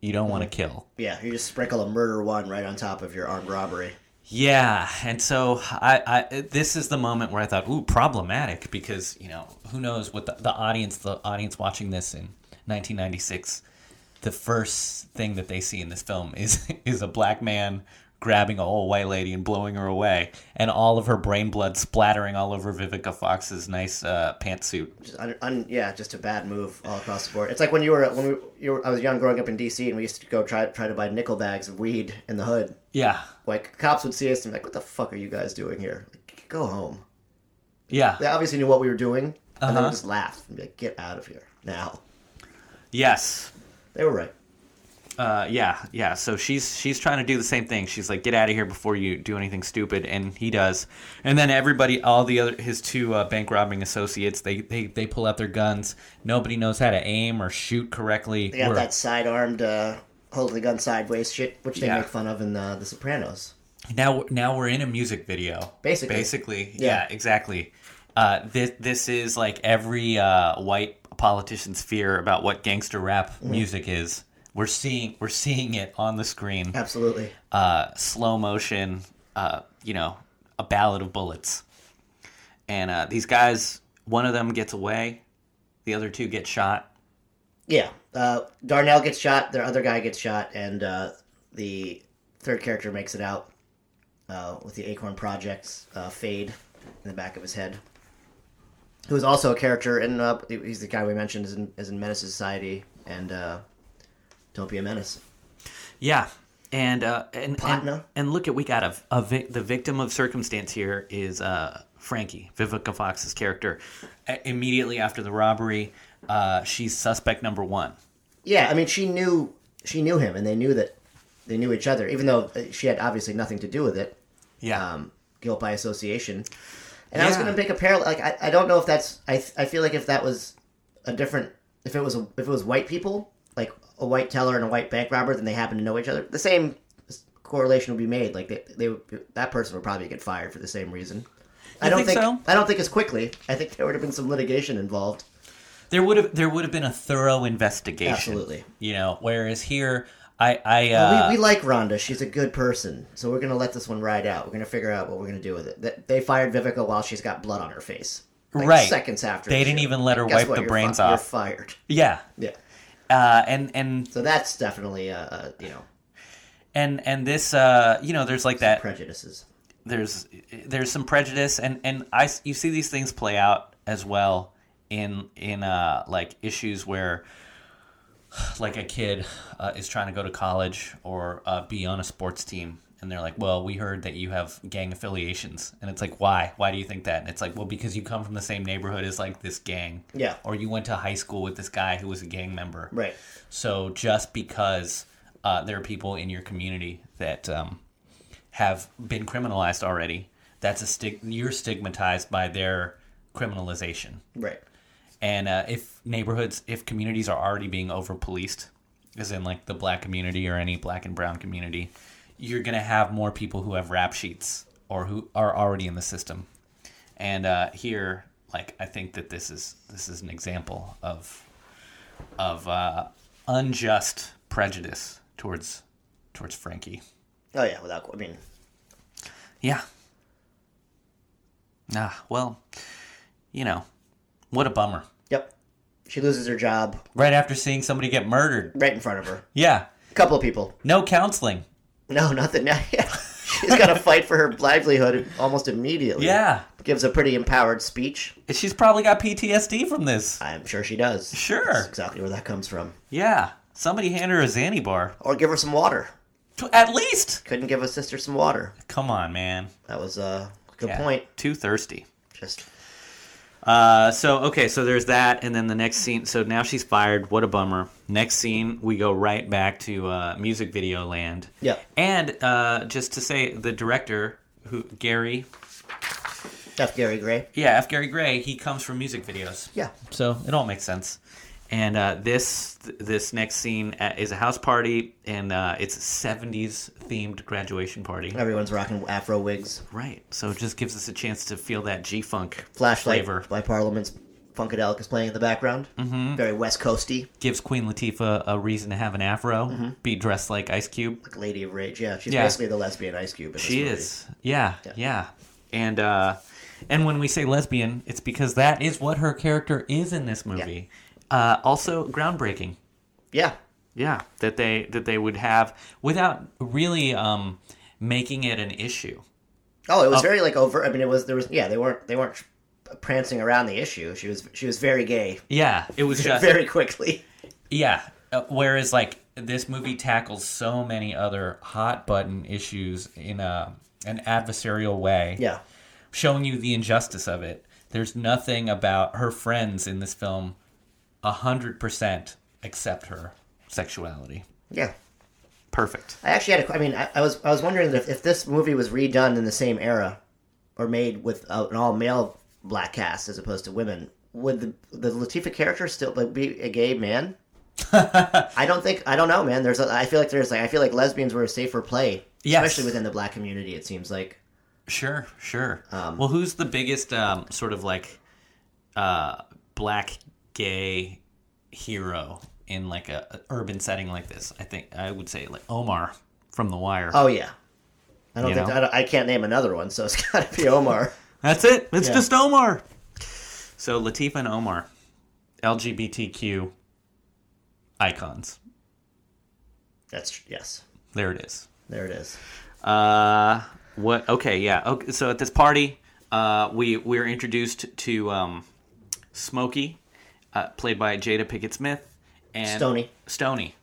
Speaker 2: you don't want to kill.
Speaker 3: Yeah, you just sprinkle a murder one right on top of your armed robbery.
Speaker 2: Yeah, and so I, I this is the moment where I thought, ooh, problematic because you know who knows what the, the audience, the audience watching this in 1996, the first thing that they see in this film is is a black man grabbing a old white lady and blowing her away, and all of her brain blood splattering all over Vivica Fox's nice uh, pantsuit.
Speaker 3: Just un, un, yeah, just a bad move all across the board. It's like when you were when we, you were, I was young growing up in D.C. and we used to go try try to buy nickel bags of weed in the hood.
Speaker 2: Yeah,
Speaker 3: Like cops would see us and be like, "What the fuck are you guys doing here? Like, go home."
Speaker 2: yeah,
Speaker 3: They obviously knew what we were doing, and they
Speaker 2: Uh-huh.
Speaker 3: would just laugh and be like, "Get out of here now."
Speaker 2: yes,
Speaker 3: They were right.
Speaker 2: uh, yeah, yeah. So she's she's trying to do the same thing. She's like, get out of here before you do anything stupid, and he does. And then everybody, all the other his two uh, bank robbing associates, they, they they pull out their guns. Nobody knows how to aim or shoot correctly.
Speaker 3: They got
Speaker 2: We're-
Speaker 3: that side armed, uh, holding the gun sideways shit, which they
Speaker 2: Yeah.
Speaker 3: make fun of in uh, The Sopranos.
Speaker 2: now now we're in a music video.
Speaker 3: Basically.
Speaker 2: basically, yeah,
Speaker 3: Yeah.
Speaker 2: exactly. Uh, this this is like every uh, white politician's fear about what gangster rap
Speaker 3: Mm.
Speaker 2: music is. We're seeing we're seeing it on the screen.
Speaker 3: Absolutely.
Speaker 2: uh, slow motion, uh, you know, a ballad of bullets. And uh, these guys, one of them gets away, the other two get shot.
Speaker 3: Yeah. Uh, Darnell gets shot. Their other guy gets shot, and uh, the third character makes it out uh, with the Acorn Project's uh, fade in the back of his head. Who is also a character, and uh, he's the guy we mentioned is in, is in Menace Society and uh, Don't Be a Menace.
Speaker 2: Yeah, and uh, and, and
Speaker 3: Patna.
Speaker 2: and look at we got a, a vic- the victim of circumstance here is uh, Frankie Vivica Fox's character. A- immediately after the robbery, uh, she's suspect number one.
Speaker 3: Yeah, I mean, she knew she knew him, and they knew that they knew each other, even though uh, she had obviously nothing to do with it.
Speaker 2: Yeah.
Speaker 3: Um, guilt by association. And I was
Speaker 2: Yeah.
Speaker 3: going to make a parallel. Like, I, I don't know if that's. I, I feel like if that was a different, if it was a, if it was white people, like a white teller and a white bank robber, then they happen to know each other. The same correlation would be made. Like they, they would, that person would probably get fired for the same reason. I
Speaker 2: You
Speaker 3: don't
Speaker 2: think so?
Speaker 3: I don't think as quickly. I think there would have been some litigation involved.
Speaker 2: there would have there would have been a thorough investigation.
Speaker 3: Absolutely.
Speaker 2: You know, whereas here I I uh,
Speaker 3: Well, we, we like Rhonda. She's a good person. So we're going to let this one ride out. We're going to figure out what we're going to do with it. Th- They fired Vivica while she's got blood on her face. Like,
Speaker 2: Right.
Speaker 3: Seconds after.
Speaker 2: They
Speaker 3: the
Speaker 2: didn't
Speaker 3: shooting.
Speaker 2: even let her
Speaker 3: Guess
Speaker 2: wipe
Speaker 3: what?
Speaker 2: the
Speaker 3: You're
Speaker 2: brains
Speaker 3: fi-
Speaker 2: off.
Speaker 3: You're fired.
Speaker 2: yeah.
Speaker 3: Yeah.
Speaker 2: Uh, and and
Speaker 3: So that's definitely, uh, uh, you know,
Speaker 2: and and this uh, you know there's like that
Speaker 3: prejudices.
Speaker 2: there's there's some prejudice and and I you see these things play out as well in in uh like issues where like a kid uh, is trying to go to college or uh, be on a sports team and they're like well we heard that you have gang affiliations and it's like why why do you think that and it's like well because you come from the same neighborhood as like this gang
Speaker 3: Yeah.
Speaker 2: or you went to high school with this guy who was a gang member
Speaker 3: Right.
Speaker 2: so just because uh, there are people in your community that um, have been criminalized already, that's a stig- you're stigmatized by their criminalization.
Speaker 3: Right.
Speaker 2: And uh, if neighborhoods, if communities are already being over policed, as in like the black community or any black and brown community, you're gonna have more people who have rap sheets or who are already in the system. And uh, here, like I think that this is this is an example of of uh, unjust prejudice towards towards Frankie.
Speaker 3: Oh, yeah. Without, I mean,
Speaker 2: Yeah. Ah, well, you know, what a bummer.
Speaker 3: yep. She loses her job
Speaker 2: Right after seeing somebody get murdered.
Speaker 3: right in front of her.
Speaker 2: Yeah.
Speaker 3: A couple of people.
Speaker 2: No counseling.
Speaker 3: No, nothing. She's got to fight for her livelihood almost immediately.
Speaker 2: Yeah.
Speaker 3: Gives a pretty empowered speech.
Speaker 2: She's probably got PTSD from this.
Speaker 3: I'm sure she does.
Speaker 2: Sure.
Speaker 3: That's exactly where that comes from.
Speaker 2: Yeah. Somebody hand her a Xanny bar.
Speaker 3: Or give her some water.
Speaker 2: T- At least.
Speaker 3: Couldn't give a sister some water.
Speaker 2: Come on, man.
Speaker 3: That was uh, a good
Speaker 2: Yeah.
Speaker 3: point.
Speaker 2: Too thirsty.
Speaker 3: Just
Speaker 2: Uh, so okay, so there's that, and then the next scene. So now she's fired. What a bummer. Next scene, we go right back to uh, music video land.
Speaker 3: Yeah.
Speaker 2: And uh, just to say, the director, who Gary,
Speaker 3: F. Gary Gray.
Speaker 2: yeah, F. Gary Gray, he comes from music videos.
Speaker 3: Yeah.
Speaker 2: So it all makes sense. And uh, this th- this next scene uh, is a house party, and uh, it's a '70s themed graduation party.
Speaker 3: Everyone's rocking afro wigs.
Speaker 2: Right. So it just gives us a chance to feel that G funk
Speaker 3: Flashlight
Speaker 2: flavor.
Speaker 3: by Parliament's Funkadelic is playing in the background. Mm-hmm. Very West Coasty,
Speaker 2: gives Queen Latifah a reason to have an afro, be dressed like Ice Cube.
Speaker 3: Mm-hmm. like Lady of Rage. Yeah, she's
Speaker 2: Yeah.
Speaker 3: basically the lesbian Ice Cube. In this
Speaker 2: She
Speaker 3: movie.
Speaker 2: is, yeah, yeah, and uh, and when we say lesbian, it's because that is what her character is in this movie. Uh, also, groundbreaking,
Speaker 3: Yeah,
Speaker 2: yeah, that they that they would have without really um, making it an issue.
Speaker 3: Oh, it was very like over. I mean, it was there was yeah. They weren't they weren't prancing around the issue. She was she was very gay
Speaker 2: Yeah, it was just
Speaker 3: very quickly.
Speaker 2: Yeah. Uh, whereas, like, this movie tackles so many other hot button issues in a, an adversarial way.
Speaker 3: Yeah.
Speaker 2: Showing you the injustice of it. There's nothing about her friends in this film 100% except her sexuality.
Speaker 3: Yeah.
Speaker 2: Perfect.
Speaker 3: I actually had a. I mean, I, I was I was wondering if, if this movie was redone in the same era, or made with uh, an all male black cast as opposed to women, would the the Latifah character still like, be a gay man? I don't think I don't know, man. There's a, I feel like there's like I feel like lesbians were a safer play,
Speaker 2: Yes.
Speaker 3: especially within the black community. It seems like
Speaker 2: Sure, sure. well, who's the biggest um, sort of like uh, black gay hero in like a, a urban setting like this? I think I would say like Omar from The Wire.
Speaker 3: oh yeah, I don't
Speaker 2: You
Speaker 3: think
Speaker 2: know?
Speaker 3: I, don't- I can't name another one, so it's got to be Omar.
Speaker 2: That's it. It's
Speaker 3: Yeah.
Speaker 2: just Omar. So Latifah and Omar, LGBTQ icons.
Speaker 3: That's yes,
Speaker 2: There it is.
Speaker 3: there it is.
Speaker 2: Uh, what? Okay, yeah. Okay, so at this party, uh, we we're introduced to um, Smokey, uh, played by Jada Pickett Smith, and
Speaker 3: Stoney.
Speaker 2: Stony,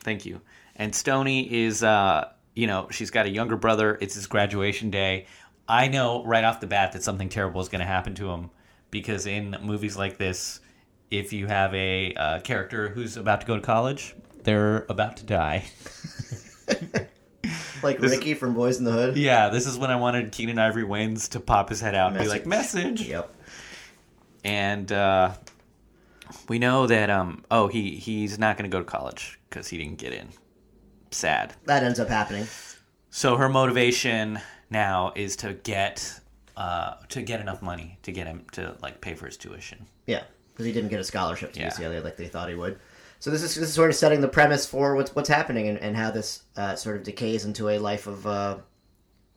Speaker 2: thank you. And Stony is, uh, you know, she's got a younger brother. It's his graduation day. I know right off the bat that something terrible is going to happen to him because in movies like this, if you have a uh, character who's about to go to college, they're about to die.
Speaker 3: Like Ricky from Boys in the Hood.
Speaker 2: yeah, this is when I wanted Keenan Ivory Wayne's to pop his head out and be like, message.
Speaker 3: Yep.
Speaker 2: and uh, we know that um oh he he's not going to go to college because he didn't get in sad
Speaker 3: That ends up happening.
Speaker 2: so her motivation now is to get uh to get enough money to get him to like pay for his tuition
Speaker 3: Yeah, because he didn't get a scholarship to
Speaker 2: Yeah.
Speaker 3: UCLA E like they thought he would. So this is this is sort of setting the premise for what's what's happening and, and how this uh, sort of decays into a life of uh,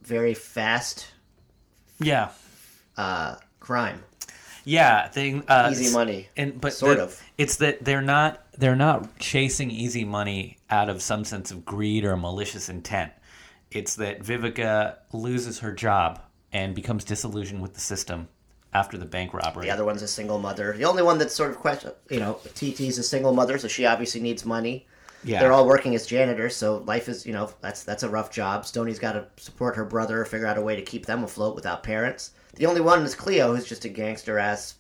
Speaker 3: very fast
Speaker 2: yeah
Speaker 3: uh, crime,
Speaker 2: yeah thing uh
Speaker 3: easy
Speaker 2: s-
Speaker 3: money.
Speaker 2: and but
Speaker 3: Sort
Speaker 2: the-
Speaker 3: of.
Speaker 2: it's that they're not they're not chasing easy money out of some sense of greed or malicious intent it's that vivica loses her job and becomes disillusioned with the system after the bank robbery
Speaker 3: The other one's a single mother. The only one that's sort of question, you know, TT's a single mother, so she obviously needs money.
Speaker 2: yeah
Speaker 3: They're all working as janitors, so life is, you know, that's that's a rough job. Stoney's got to support her brother, figure out a way to keep them afloat without parents. The only one is Cleo, who's just a gangster ass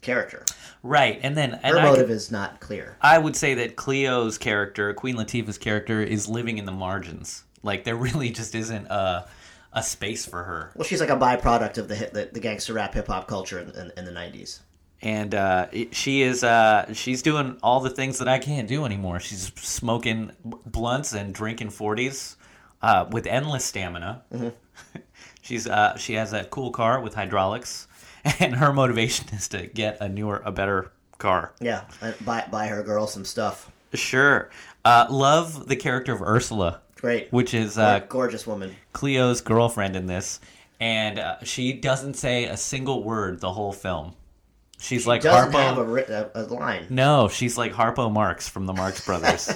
Speaker 3: character.
Speaker 2: right and then and
Speaker 3: Her
Speaker 2: I,
Speaker 3: motive is not clear.
Speaker 2: I would say that cleo's character queen latifah's character is living in the margins like there really just isn't a, a space for her
Speaker 3: Well, she's like a byproduct of the hit, the, the gangster rap hip hop culture in, in, in the '90s.
Speaker 2: and uh, it- she is uh, she's doing all the things that I can't do anymore. She's smoking blunts and drinking forties uh, with endless stamina.
Speaker 3: Mm-hmm.
Speaker 2: she's uh, she has a cool car with hydraulics, and her motivation is to get a newer, a better car.
Speaker 3: Yeah, and buy buy her girl some stuff.
Speaker 2: Sure, uh, love the character of Ursula,
Speaker 3: Great,
Speaker 2: which is uh,
Speaker 3: gorgeous woman.
Speaker 2: Cleo's girlfriend in this, and uh, she doesn't say a single word the whole film. She's like
Speaker 3: Doesn't
Speaker 2: Harpo.
Speaker 3: have a, ri- a, a line.
Speaker 2: No, she's like Harpo Marx from the Marx Brothers.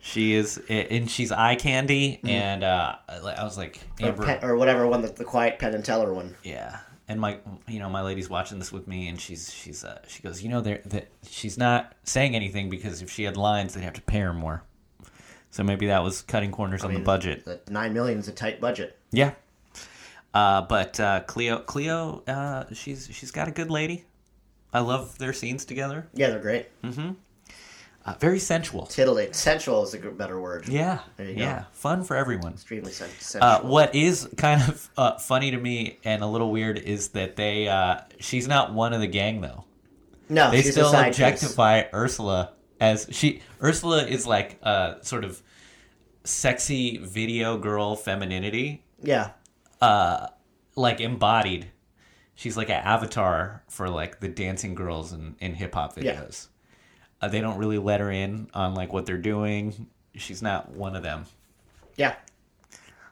Speaker 2: she is, and she's eye candy, and uh, I was like,
Speaker 3: Mm-hmm. Or,
Speaker 2: Amber,
Speaker 3: Pe- or whatever one, the, the quiet Penn and Teller one.
Speaker 2: yeah. And my, you know, my lady's watching this with me, and she's, she's, uh, she goes, you know, there, that she's not saying anything because if she had lines, they'd have to pay her more. So maybe that was cutting corners on the budget.
Speaker 3: The nine million is a tight budget.
Speaker 2: Yeah. Uh, but uh, Cleo, Cleo, uh, she's she's got a good lady. I love their scenes together.
Speaker 3: Yeah, they're great.
Speaker 2: Hmm. Uh, very sensual.
Speaker 3: Titillate, sensual is a g- better word.
Speaker 2: Yeah.
Speaker 3: you go.
Speaker 2: Yeah. Fun for everyone.
Speaker 3: extremely sen- sensual.
Speaker 2: Uh, what is kind of uh, funny to me and a little weird is that they uh, she's not one of the gang though.
Speaker 3: no,
Speaker 2: They
Speaker 3: she's a
Speaker 2: still
Speaker 3: side piece.
Speaker 2: objectify Ursula as she Ursula is like uh, sort of sexy video girl femininity
Speaker 3: Yeah,
Speaker 2: like embodied. She's like an avatar for like the dancing girls in, in hip hop videos. Uh, they don't really let her in on like what they're doing. She's not one of them.
Speaker 3: yeah.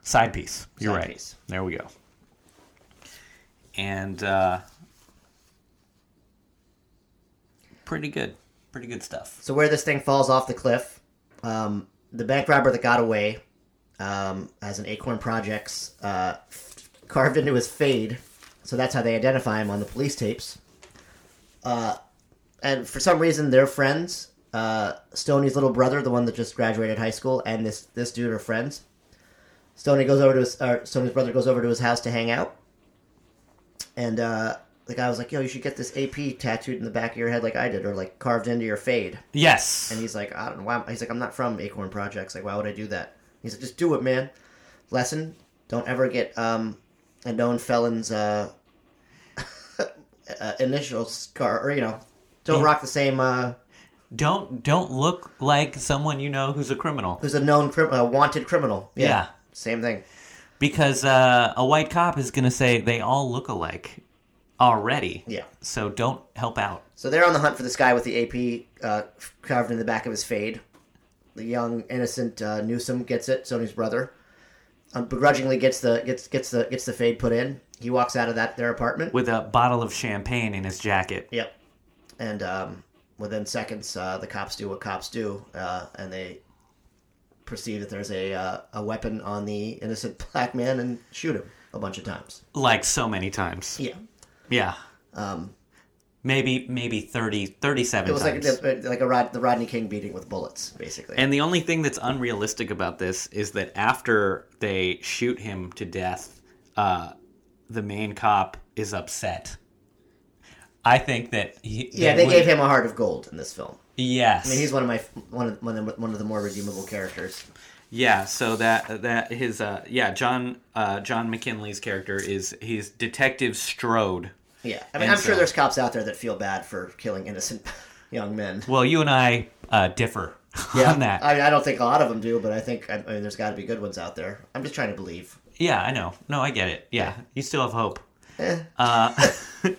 Speaker 2: Side piece. You're
Speaker 3: Side
Speaker 2: right.
Speaker 3: piece.
Speaker 2: There we go. And uh, pretty good. Pretty good stuff.
Speaker 3: So where this thing falls off the cliff, um, the bank robber that got away um, has an Acorn Projects uh, f- carved into his fade, so that's how they identify him on the police tapes. Uh, and for some reason, they're friends. Uh, Stoney's little brother, the one that just graduated high school, and this this dude are friends. Stoney goes over to his, or Stoney's brother goes over to his house to hang out, and uh, the guy was like, "Yo, you should get this AP tattooed in the back of your head like I did, or like carved into your fade."
Speaker 2: Yes.
Speaker 3: And he's like, I don't know why. He's like, I'm not from Acorn Projects. Like, why would I do that? He's like, just do it, man. Lesson: Don't ever get um, a known felon's uh, uh, initial scar, or you know, don't rock the same. Uh,
Speaker 2: Don't don't look like someone you know who's a criminal
Speaker 3: who's a known crim- uh, wanted criminal?
Speaker 2: Yeah.
Speaker 3: same thing.
Speaker 2: because uh, a white cop is gonna say they all look alike already.
Speaker 3: Yeah.
Speaker 2: So don't help out.
Speaker 3: So they're on the hunt for this guy with the AP uh, carved in the back of his fade. The young innocent uh, Newsom gets it. Sony's brother um, begrudgingly gets the gets gets the gets the fade put in. He walks out of that their apartment.
Speaker 2: With a bottle of champagne in his jacket.
Speaker 3: Yep. And um, within seconds, uh, the cops do what cops do, uh, and they perceive that there's a uh, a weapon on the innocent black man and shoot him a bunch of times.
Speaker 2: Like so many times.
Speaker 3: Yeah.
Speaker 2: Yeah.
Speaker 3: Um,
Speaker 2: Maybe maybe 30, 37
Speaker 3: it was like
Speaker 2: times.
Speaker 3: a, like a Rod, the Rodney King beating with bullets, basically.
Speaker 2: And the only thing that's unrealistic about this is that after they shoot him to death, uh, the main cop is upset. I think that he,
Speaker 3: Yeah,
Speaker 2: that
Speaker 3: they
Speaker 2: would-
Speaker 3: gave him a heart of gold in this film.
Speaker 2: Yes,
Speaker 3: I mean, he's one of my one of one of the, one of the more redeemable characters.
Speaker 2: yeah. So that that his uh yeah John uh John McKinley's character is he's Detective Strode.
Speaker 3: Yeah, I mean,
Speaker 2: And
Speaker 3: I'm sure
Speaker 2: so-
Speaker 3: there's cops out there that feel bad for killing innocent young men.
Speaker 2: Well, you and I uh, differ
Speaker 3: Yeah,
Speaker 2: on that.
Speaker 3: I, mean, I don't think a lot of them do, but I think I, I mean, there's got to be good ones out there. I'm just trying to believe.
Speaker 2: Yeah, I know. No, I get it. Yeah, you still have hope. Uh,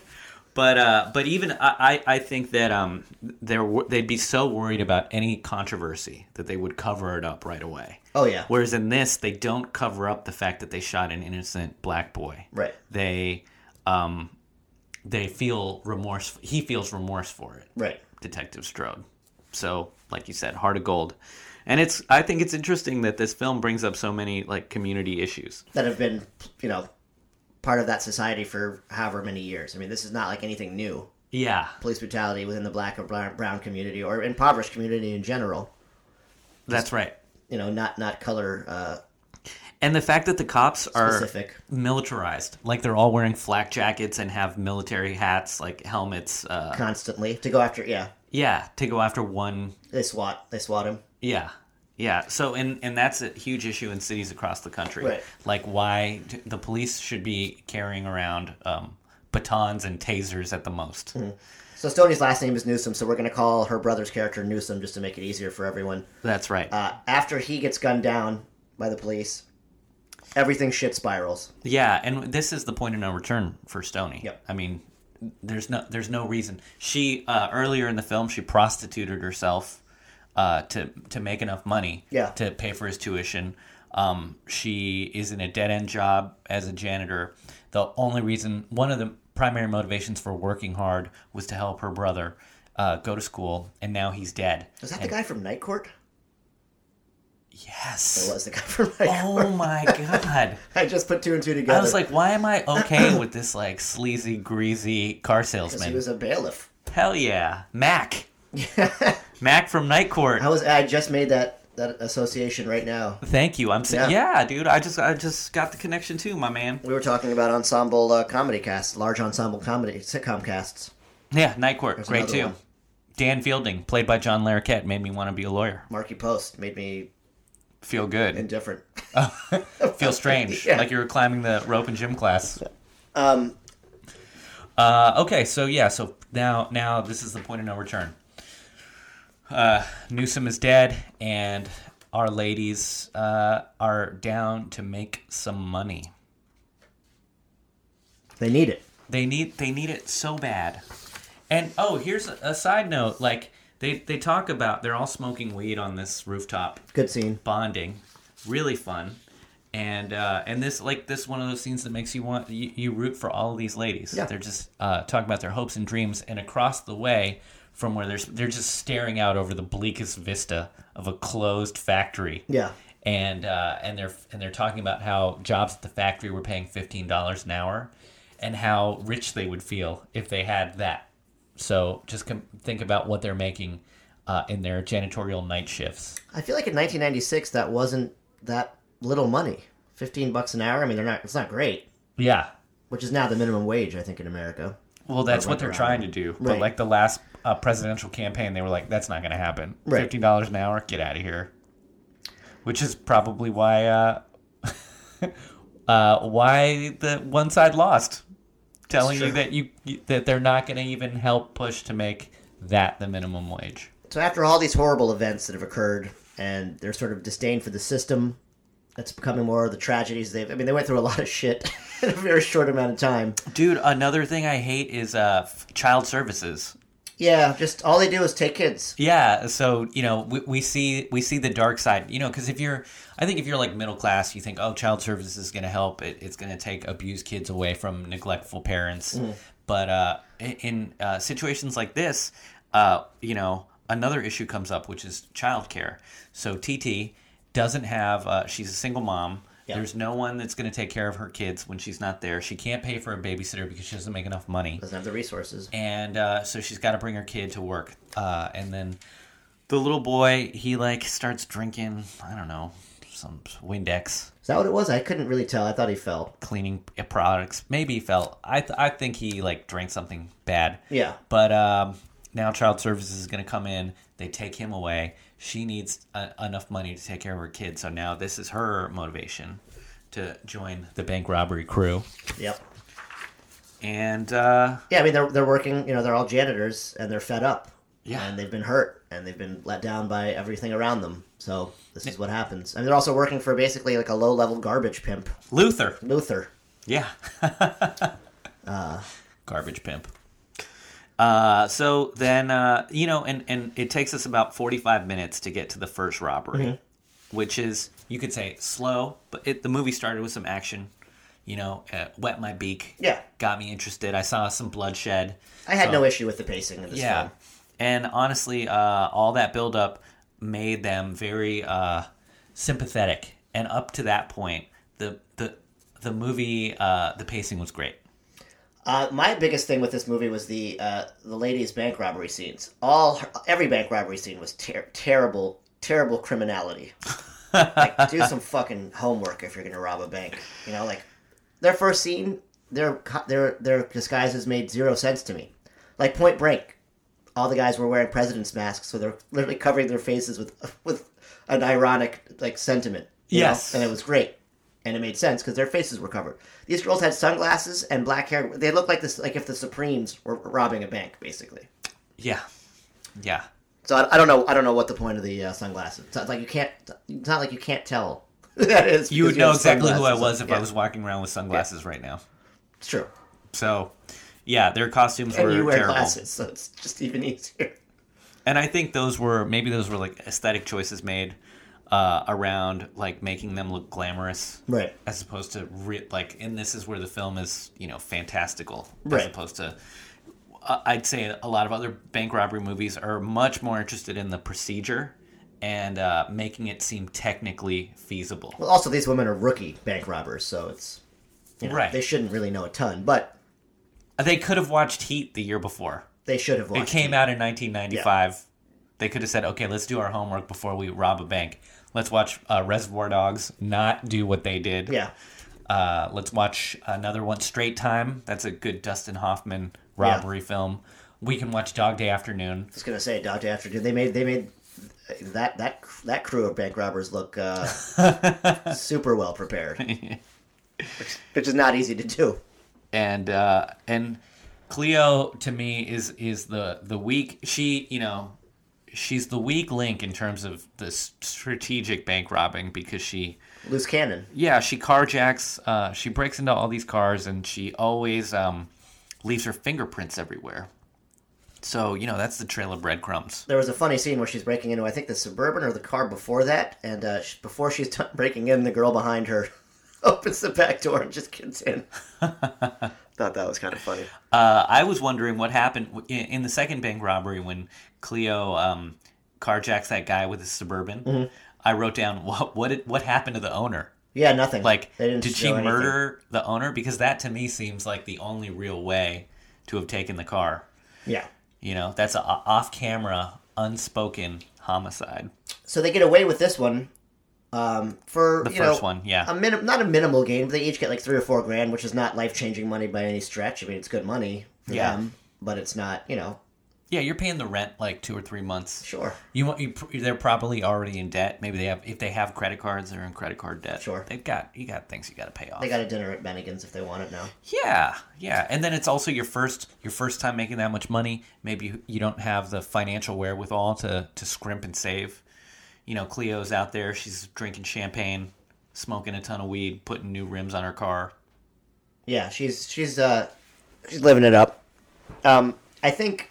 Speaker 2: but uh, but even I, I I think that um they're wor- they'd be so worried about any controversy that they would cover it up right away.
Speaker 3: Oh yeah,
Speaker 2: Whereas in this, they don't cover up the fact that they shot an innocent black boy.
Speaker 3: right.
Speaker 2: They um they feel remorse. He feels remorse for it.
Speaker 3: Right.
Speaker 2: Detective Strode. So, like you said, heart of gold. And it's I think it's interesting that this film brings up so many like community issues.
Speaker 3: That have been, you know, part of that society for however many years. I mean, this is not like anything new.
Speaker 2: Yeah.
Speaker 3: Police brutality within the black or brown brown community or impoverished community in general.
Speaker 2: That's right.
Speaker 3: You know, not not color uh,
Speaker 2: And the fact that the cops are
Speaker 3: specific.
Speaker 2: militarized, like they're all wearing flak jackets and have military hats, like helmets. Uh,
Speaker 3: Constantly to go after. Yeah,
Speaker 2: yeah, to go after one.
Speaker 3: they swat. They swat him.
Speaker 2: Yeah, yeah. So and and that's a huge issue in cities across the country.
Speaker 3: Right.
Speaker 2: Like why t- the police should be carrying around um, batons and tasers at the most.
Speaker 3: Hmm. So Stoney's last name is Newsom, so we're going to call her brother's character Newsom just to make it easier for everyone.
Speaker 2: That's right.
Speaker 3: Uh, after he gets gunned down by the police, everything shit spirals.
Speaker 2: Yeah, and this is the point of no return for Stony.
Speaker 3: Yep.
Speaker 2: I mean, there's no there's no reason. She uh, earlier in the film she prostituted herself uh, to to make enough money.
Speaker 3: Yeah.
Speaker 2: To pay for his tuition. Um, she is in a dead end job as a janitor. The only reason, one of the primary motivations for working hard was to help her brother uh, go to school, and now he's dead.
Speaker 3: Is that the guy from Night Court? It
Speaker 2: Yes.
Speaker 3: was the guy from Night Court.
Speaker 2: Oh my god.
Speaker 3: I just put two and two together.
Speaker 2: I was like, why am I okay with this like sleazy, greasy car
Speaker 3: 'Cause
Speaker 2: salesman?
Speaker 3: he was a bailiff.
Speaker 2: Hell yeah, Mac. Mac from Night Court.
Speaker 3: I was. I just made that that association right now.
Speaker 2: Thank you. I'm saying,
Speaker 3: Yeah.
Speaker 2: yeah. dude. I just, I just got the connection too, my man.
Speaker 3: We were talking about ensemble uh, comedy casts, large ensemble comedy sitcom casts.
Speaker 2: Yeah, Night Court, great
Speaker 3: another
Speaker 2: too.
Speaker 3: one.
Speaker 2: Dan Fielding, played by John Larroquette, made me want to be a lawyer.
Speaker 3: Marky Post made me
Speaker 2: Feel good.
Speaker 3: indifferent.
Speaker 2: Feel strange,
Speaker 3: Uh, Yeah.
Speaker 2: like you were climbing the rope in gym class.
Speaker 3: Um,
Speaker 2: Uh, okay, so yeah, so now, now this is the point of no return. Uh, Newsom is dead, and our ladies uh, are down to make some money.
Speaker 3: they need it.
Speaker 2: They need they need it so bad. And oh, here's a, a side note. Like they they talk about they're all smoking weed on this rooftop,
Speaker 3: Good scene.
Speaker 2: bonding, really fun. And uh, and this like this is one of those scenes that makes you want you, you root for all of these ladies.
Speaker 3: Yeah.
Speaker 2: They're just uh, talking about their hopes and dreams, and across the way from where they're they're just staring out over the bleakest vista of a closed factory
Speaker 3: Yeah.
Speaker 2: and uh, and they're and they're talking about how jobs at the factory were paying fifteen dollars an hour, and how rich they would feel if they had that. So just com- think about what they're making uh, in their janitorial night shifts.
Speaker 3: I feel like in 1996 that wasn't that little money. 15 bucks an hour. I mean, they're not. It's not great.
Speaker 2: Yeah,
Speaker 3: which is now the minimum wage, I think, in America.
Speaker 2: well that's what they're trying to do. But
Speaker 3: Right.
Speaker 2: like the last uh, presidential campaign, they were like, "That's not going to happen.
Speaker 3: Right.
Speaker 2: Fifteen dollars an hour, get out of here." Which is probably why uh, uh, why the one side lost. telling you
Speaker 3: true.
Speaker 2: that you you- that they're not going to even help push to make that the minimum wage.
Speaker 3: So after all these horrible events that have occurred, and their sort of disdain for the system that's becoming more of the tragedies they've. I mean, they went through a lot of shit in a very short amount of time.
Speaker 2: Dude, another thing I hate is uh, f- child services.
Speaker 3: Yeah, just all they do is take kids.
Speaker 2: Yeah, so you know we, we see we see the dark side. You know, because if you're, I think if you're like middle class, you think, oh, child services is going to help. It, it's going to take abused kids away from neglectful parents. But uh, in- in uh, situations like this, uh, you know, another issue comes up, which is childcare. So TT doesn't have. Uh, she's a single mom. There's no one that's going to take care of her kids when she's not there. She can't pay for a babysitter because she doesn't make enough money
Speaker 3: Doesn't have the resources.
Speaker 2: and uh, so she's got to bring her kid to work. Uh, and then the little boy, he like starts drinking. I don't know, some Windex
Speaker 3: Is that what it was? I couldn't really tell. I thought he fell.
Speaker 2: cleaning products. Maybe he felt. I th- I think he like drank something bad.
Speaker 3: Yeah.
Speaker 2: But um, now child services is going to come in. They take him away. She needs uh enough money to take care of her kid. So now this is her motivation to join the bank robbery crew.
Speaker 3: Yep.
Speaker 2: And uh,
Speaker 3: Yeah, I mean they're they're working. You know, they're all janitors and they're fed up.
Speaker 2: Yeah.
Speaker 3: And they've been hurt and they've been let down by everything around them. So this is what happens. I mean, they're also working for basically like a low level garbage pimp,
Speaker 2: Luther.
Speaker 3: Luther.
Speaker 2: Yeah. Garbage pimp. Uh, so then, uh, you know, and, and it takes us about 45 minutes to get to the first robbery, which is, you could say, slow, but it, the movie started with some action. You know, uh, wet my beak.
Speaker 3: Yeah.
Speaker 2: Got me interested. I saw some bloodshed.
Speaker 3: I had no issue with the pacing of this
Speaker 2: Yeah.
Speaker 3: film.
Speaker 2: And honestly, uh, all that buildup made them very uh, sympathetic. And up to that point, the, the, the movie, uh, the pacing was great.
Speaker 3: Uh, my biggest thing with this movie was the uh, the ladies' bank robbery scenes. All her, every bank robbery scene was ter- terrible, terrible criminality. like, do some fucking homework if you're gonna rob a bank. You know, like their first scene, their co- their their disguises made zero sense to me. Like Point Break, all the guys were wearing presidents' masks, so they're literally covering their faces with with an ironic like sentiment. you
Speaker 2: Yes.
Speaker 3: know? and it was great, and it made sense because their faces were covered. These girls had sunglasses and black hair. They looked like this, like if the Supremes were robbing a bank, basically.
Speaker 2: Yeah, yeah,
Speaker 3: So I, I don't know. I don't know what the point of the uh, sunglasses. It's not like you can't. It's not like you can't tell. who that is.
Speaker 2: you would
Speaker 3: because
Speaker 2: know
Speaker 3: have
Speaker 2: exactly who I
Speaker 3: sunglasses on.
Speaker 2: was if I
Speaker 3: Yeah,
Speaker 2: was walking around with sunglasses right now.
Speaker 3: It's true.
Speaker 2: So, yeah, their costumes
Speaker 3: And
Speaker 2: were
Speaker 3: you wear
Speaker 2: terrible,
Speaker 3: glasses, so it's just even easier.
Speaker 2: and I think those were maybe those were like aesthetic choices made uh, around like making them look glamorous,
Speaker 3: Right.
Speaker 2: As opposed to re- like, and this is where the film is, you know, fantastical,
Speaker 3: Right.
Speaker 2: as opposed to. I- I'd say a lot of other bank robbery movies are much more interested in the procedure and uh, making it seem technically feasible.
Speaker 3: Well, also these women are rookie bank robbers, so it's you know,
Speaker 2: Right.
Speaker 3: They shouldn't really know a ton, but
Speaker 2: Uh, They could have watched Heat the year before.
Speaker 3: they should have.
Speaker 2: It
Speaker 3: Watched
Speaker 2: came out in 1995. They could have said, "Okay, let's do our homework before we rob a bank. Let's watch uh, Reservoir Dogs. Not do what they did.
Speaker 3: Yeah.
Speaker 2: Uh, let's watch another one, Straight Time. That's a good Dustin Hoffman robbery film. We can watch Dog Day Afternoon.
Speaker 3: I was gonna say, Doctor Afternoon. They made they made that that that crew of bank robbers look uh, super well prepared, which, which is not easy to do.
Speaker 2: and uh, and Cleo to me is is the the weak she you know she's the weak link in terms of this strategic bank robbing because she
Speaker 3: Loose cannon.
Speaker 2: yeah she carjacks uh, she breaks into all these cars and she always um, leaves her fingerprints everywhere so you know that's the trail of breadcrumbs
Speaker 3: There was a funny scene where she's breaking into I think the suburban or the car before that, and uh, sh before she's done breaking in, the girl behind her opens the back door and just gets in. Thought that was kind of funny.
Speaker 2: uh, i was wondering what happened w- in, in the second bank robbery when cleo um, carjacks that guy with his suburban
Speaker 3: Mm-hmm.
Speaker 2: i wrote down what what, did, what happened to the owner
Speaker 3: Yeah, nothing.
Speaker 2: Like,
Speaker 3: They didn't
Speaker 2: did she
Speaker 3: show anything.
Speaker 2: murder the owner? Because that to me seems like the only real way to have taken the car.
Speaker 3: Yeah.
Speaker 2: You know, that's a a off-camera, unspoken homicide.
Speaker 3: So they get away with this one um, for
Speaker 2: The
Speaker 3: you
Speaker 2: first
Speaker 3: know,
Speaker 2: one, yeah.
Speaker 3: a minim- not a minimal gain, but they each get like three or four grand, which is not life changing money by any stretch. I mean, it's good money for
Speaker 2: Yeah.
Speaker 3: them, but it's not you know
Speaker 2: yeah, you're paying the rent like two or three months.
Speaker 3: sure.
Speaker 2: You want you, pr- they're probably already in debt. Maybe they have if they have credit cards, they're in credit card debt.
Speaker 3: Sure.
Speaker 2: they've got you got things you got to pay off.
Speaker 3: They got a dinner at Bennigan's if they want it now.
Speaker 2: Yeah, yeah, and then it's also your first your first time making that much money. Maybe you, you don't have the financial wherewithal to to scrimp and save. You know, Cleo's out there. She's drinking champagne, smoking a ton of weed, putting new rims on her car.
Speaker 3: Yeah, she's she's uh she's living it up. Um, I think.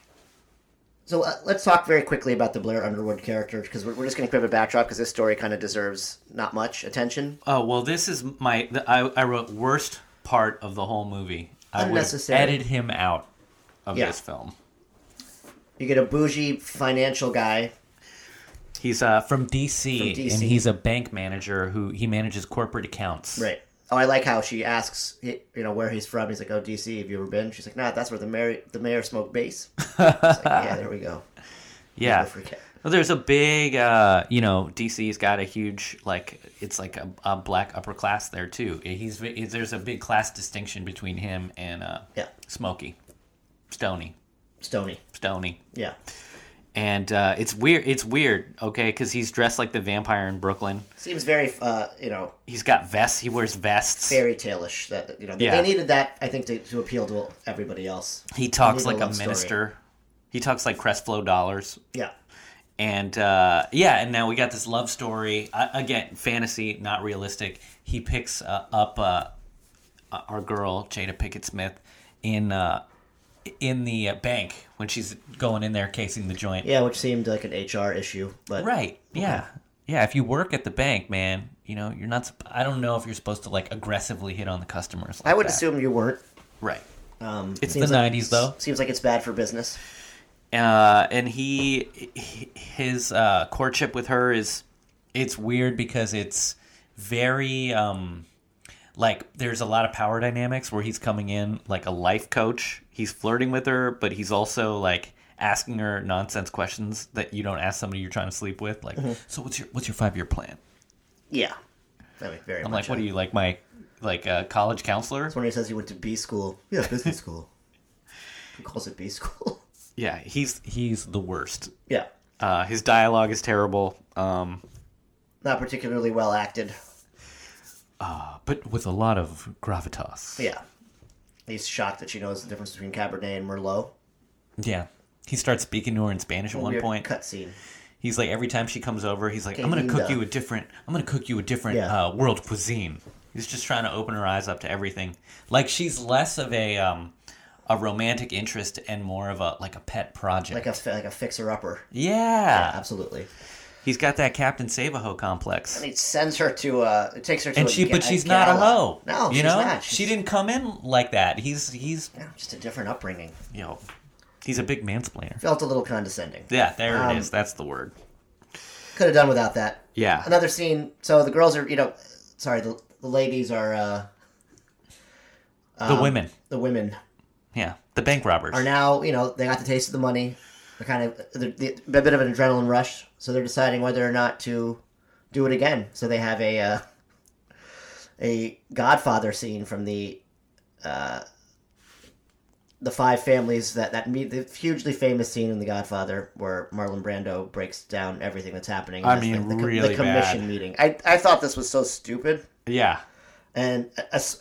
Speaker 3: So uh, let's talk very quickly about the Blair Underwood character because we're, we're just going to pivot backdrop because this story kind of deserves not much attention.
Speaker 2: Oh well, this is my the, I I wrote worst part of the whole movie. I would have
Speaker 3: Unnecessary.
Speaker 2: Edit him out of
Speaker 3: Yeah.
Speaker 2: this film.
Speaker 3: You get a bougie financial guy
Speaker 2: He's uh, from DC,
Speaker 3: From DC.
Speaker 2: and he's a bank manager who he manages corporate accounts.
Speaker 3: Right. Oh, I like how she asks, you know, where he's from. He's like, "Oh, DC, have you ever been?" She's like, "Nah, that's where the mayor the mayor smoked base." It's like, yeah, there we go.
Speaker 2: Yeah.
Speaker 3: Never forget.
Speaker 2: Well, there's a big, uh, you know, DC's got a huge, like, it's like a, a black upper class there too. He's, he's there's a big class distinction between him and uh,
Speaker 3: Yeah.
Speaker 2: Smokey, Stony,
Speaker 3: Stony.
Speaker 2: Stony,
Speaker 3: Yeah.
Speaker 2: and uh, it's weird. It's weird, okay, because he's dressed like the vampire in Brooklyn.
Speaker 3: Seems very, uh, you know,
Speaker 2: He's got vests. He wears vests.
Speaker 3: fairy tale-ish. That you know,
Speaker 2: Yeah.
Speaker 3: they needed that. I think to, to appeal to everybody else.
Speaker 2: He talks
Speaker 3: They need
Speaker 2: like
Speaker 3: a
Speaker 2: a
Speaker 3: love story.
Speaker 2: minister. He talks like Crestflow Dollars.
Speaker 3: Yeah.
Speaker 2: and uh, yeah, and now we got this love story uh, again, fantasy, not realistic. He picks uh, up uh, uh, our girl Jada Pickett Smith in uh, in the uh, bank when she's going in there casing the joint.
Speaker 3: Yeah, which seemed like an HR issue, but
Speaker 2: Right? Yeah, yeah. If you work at the bank, man, you know you're not. sup- I don't know if you're supposed to like aggressively hit on the customers. Like
Speaker 3: I would
Speaker 2: that.
Speaker 3: assume you weren't.
Speaker 2: right.
Speaker 3: Um,
Speaker 2: It's
Speaker 3: seems
Speaker 2: the
Speaker 3: like-
Speaker 2: 90s, though.
Speaker 3: Seems like it's bad for business.
Speaker 2: uh, and he his uh, courtship with her is it's weird because it's very um like there's a lot of power dynamics where he's coming in like a life coach he's flirting with her but he's also like asking her nonsense questions that you don't ask somebody you're trying to sleep with like so what's your what's your five year plan
Speaker 3: Yeah. I mean, very
Speaker 2: i'm
Speaker 3: much.
Speaker 2: like what are you like my like a college counselor
Speaker 3: When he says he went to B school, yeah, business school. He calls it B school.
Speaker 2: yeah he's he's the worst
Speaker 3: yeah,
Speaker 2: uh his dialogue is terrible um
Speaker 3: not particularly well acted.
Speaker 2: but with a lot of gravitas
Speaker 3: Yeah, he's shocked that she knows the difference between Cabernet and Merlot.
Speaker 2: Yeah. He starts speaking to her in Spanish at one
Speaker 3: Weird
Speaker 2: point.
Speaker 3: cutscene.
Speaker 2: He's like, every time she comes over, he's like, I'm gonna cook
Speaker 3: Querida.
Speaker 2: you a different, I'm gonna cook you a different
Speaker 3: Yeah.
Speaker 2: uh, world cuisine. He's just trying to open her eyes up to everything. Like she's less of a um, a romantic interest and more of a like a pet project.
Speaker 3: like a fi- like a fixer upper.
Speaker 2: yeah.
Speaker 3: Absolutely.
Speaker 2: He's got that Captain Savaho complex.
Speaker 3: And he sends her to. Uh, it takes her to.
Speaker 2: And
Speaker 3: a
Speaker 2: she,
Speaker 3: ga-
Speaker 2: but
Speaker 3: a
Speaker 2: she's not a
Speaker 3: gala.
Speaker 2: hoe.
Speaker 3: No,
Speaker 2: you
Speaker 3: she's
Speaker 2: know,
Speaker 3: not. She's,
Speaker 2: she didn't come in like that. He's he's
Speaker 3: Yeah, just a different upbringing.
Speaker 2: you know, he's a big mansplainer.
Speaker 3: Felt a little condescending.
Speaker 2: Yeah, there
Speaker 3: Um,
Speaker 2: it is. That's the word.
Speaker 3: Could have done without that.
Speaker 2: Yeah.
Speaker 3: Another scene. So the girls are, you know, sorry, the, the ladies are. Uh,
Speaker 2: the women.
Speaker 3: the women
Speaker 2: Yeah, the bank robbers.
Speaker 3: um, are now, you know, they got the taste of the money. They're kind of they're, they a bit of an adrenaline rush, so they're deciding whether or not to do it again. So they have a uh, a Godfather scene from the uh, the five families that that meet the hugely famous scene in the Godfather where Marlon Brando breaks down everything that's happening.
Speaker 2: I
Speaker 3: That's
Speaker 2: mean,
Speaker 3: the, the, co-
Speaker 2: really
Speaker 3: the commission
Speaker 2: bad.
Speaker 3: meeting. I I thought this was so stupid
Speaker 2: Yeah.
Speaker 3: and as,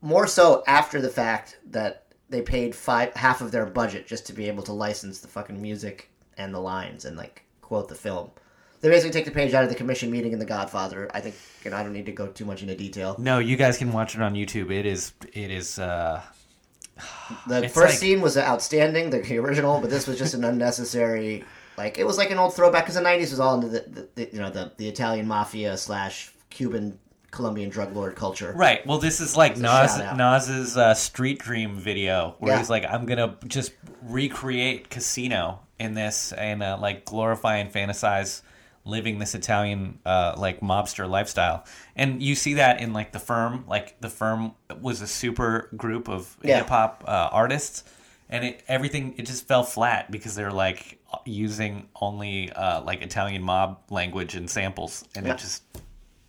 Speaker 3: more so after the fact that they paid five half of their budget just to be able to license the fucking music and the lines and like quote the film. They basically take the page out of the commission meeting in The Godfather. I think, and I don't need to go too much into detail.
Speaker 2: No, you guys can watch it on YouTube. It is it is uh
Speaker 3: The
Speaker 2: It's
Speaker 3: first
Speaker 2: like-
Speaker 3: scene was outstanding, the the original, but this was just an unnecessary. Like it was like an old throwback because the '90s was all into the, the, the you know the the Italian mafia slash Cuban Colombian drug lord culture.
Speaker 2: right. Well, this is like Nas
Speaker 3: shout-out.
Speaker 2: Nas's uh, Street Dream video where
Speaker 3: Yeah.
Speaker 2: he's like I'm going to just recreate casino in this and uh, like glorify and fantasize living this Italian uh, like mobster lifestyle. And you see that in like The Firm, like The Firm was a super group of
Speaker 3: Yeah.
Speaker 2: hip hop uh, artists and it everything it just fell flat because they're like using only uh, like Italian mob language and samples and it just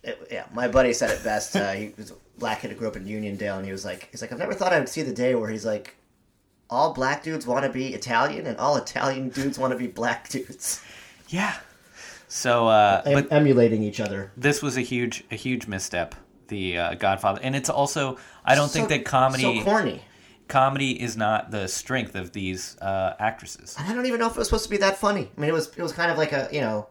Speaker 3: it, yeah, my buddy said it best. Uh, he was a black kid who grew up in Uniondale, and he was like, he's like, I've never thought I would see the day where he's like, all black dudes want to be Italian, and all Italian dudes want to be black dudes,
Speaker 2: Yeah. So, uh,
Speaker 3: Em-
Speaker 2: but
Speaker 3: emulating each other.
Speaker 2: this was a huge, a huge misstep. The uh, Godfather, and it's also I don't think
Speaker 3: So-
Speaker 2: that comedy,
Speaker 3: so corny.
Speaker 2: comedy is not the strength of these uh, actresses.
Speaker 3: And I don't even know if it was supposed to be that funny. I mean, it was it was kind of like a you know,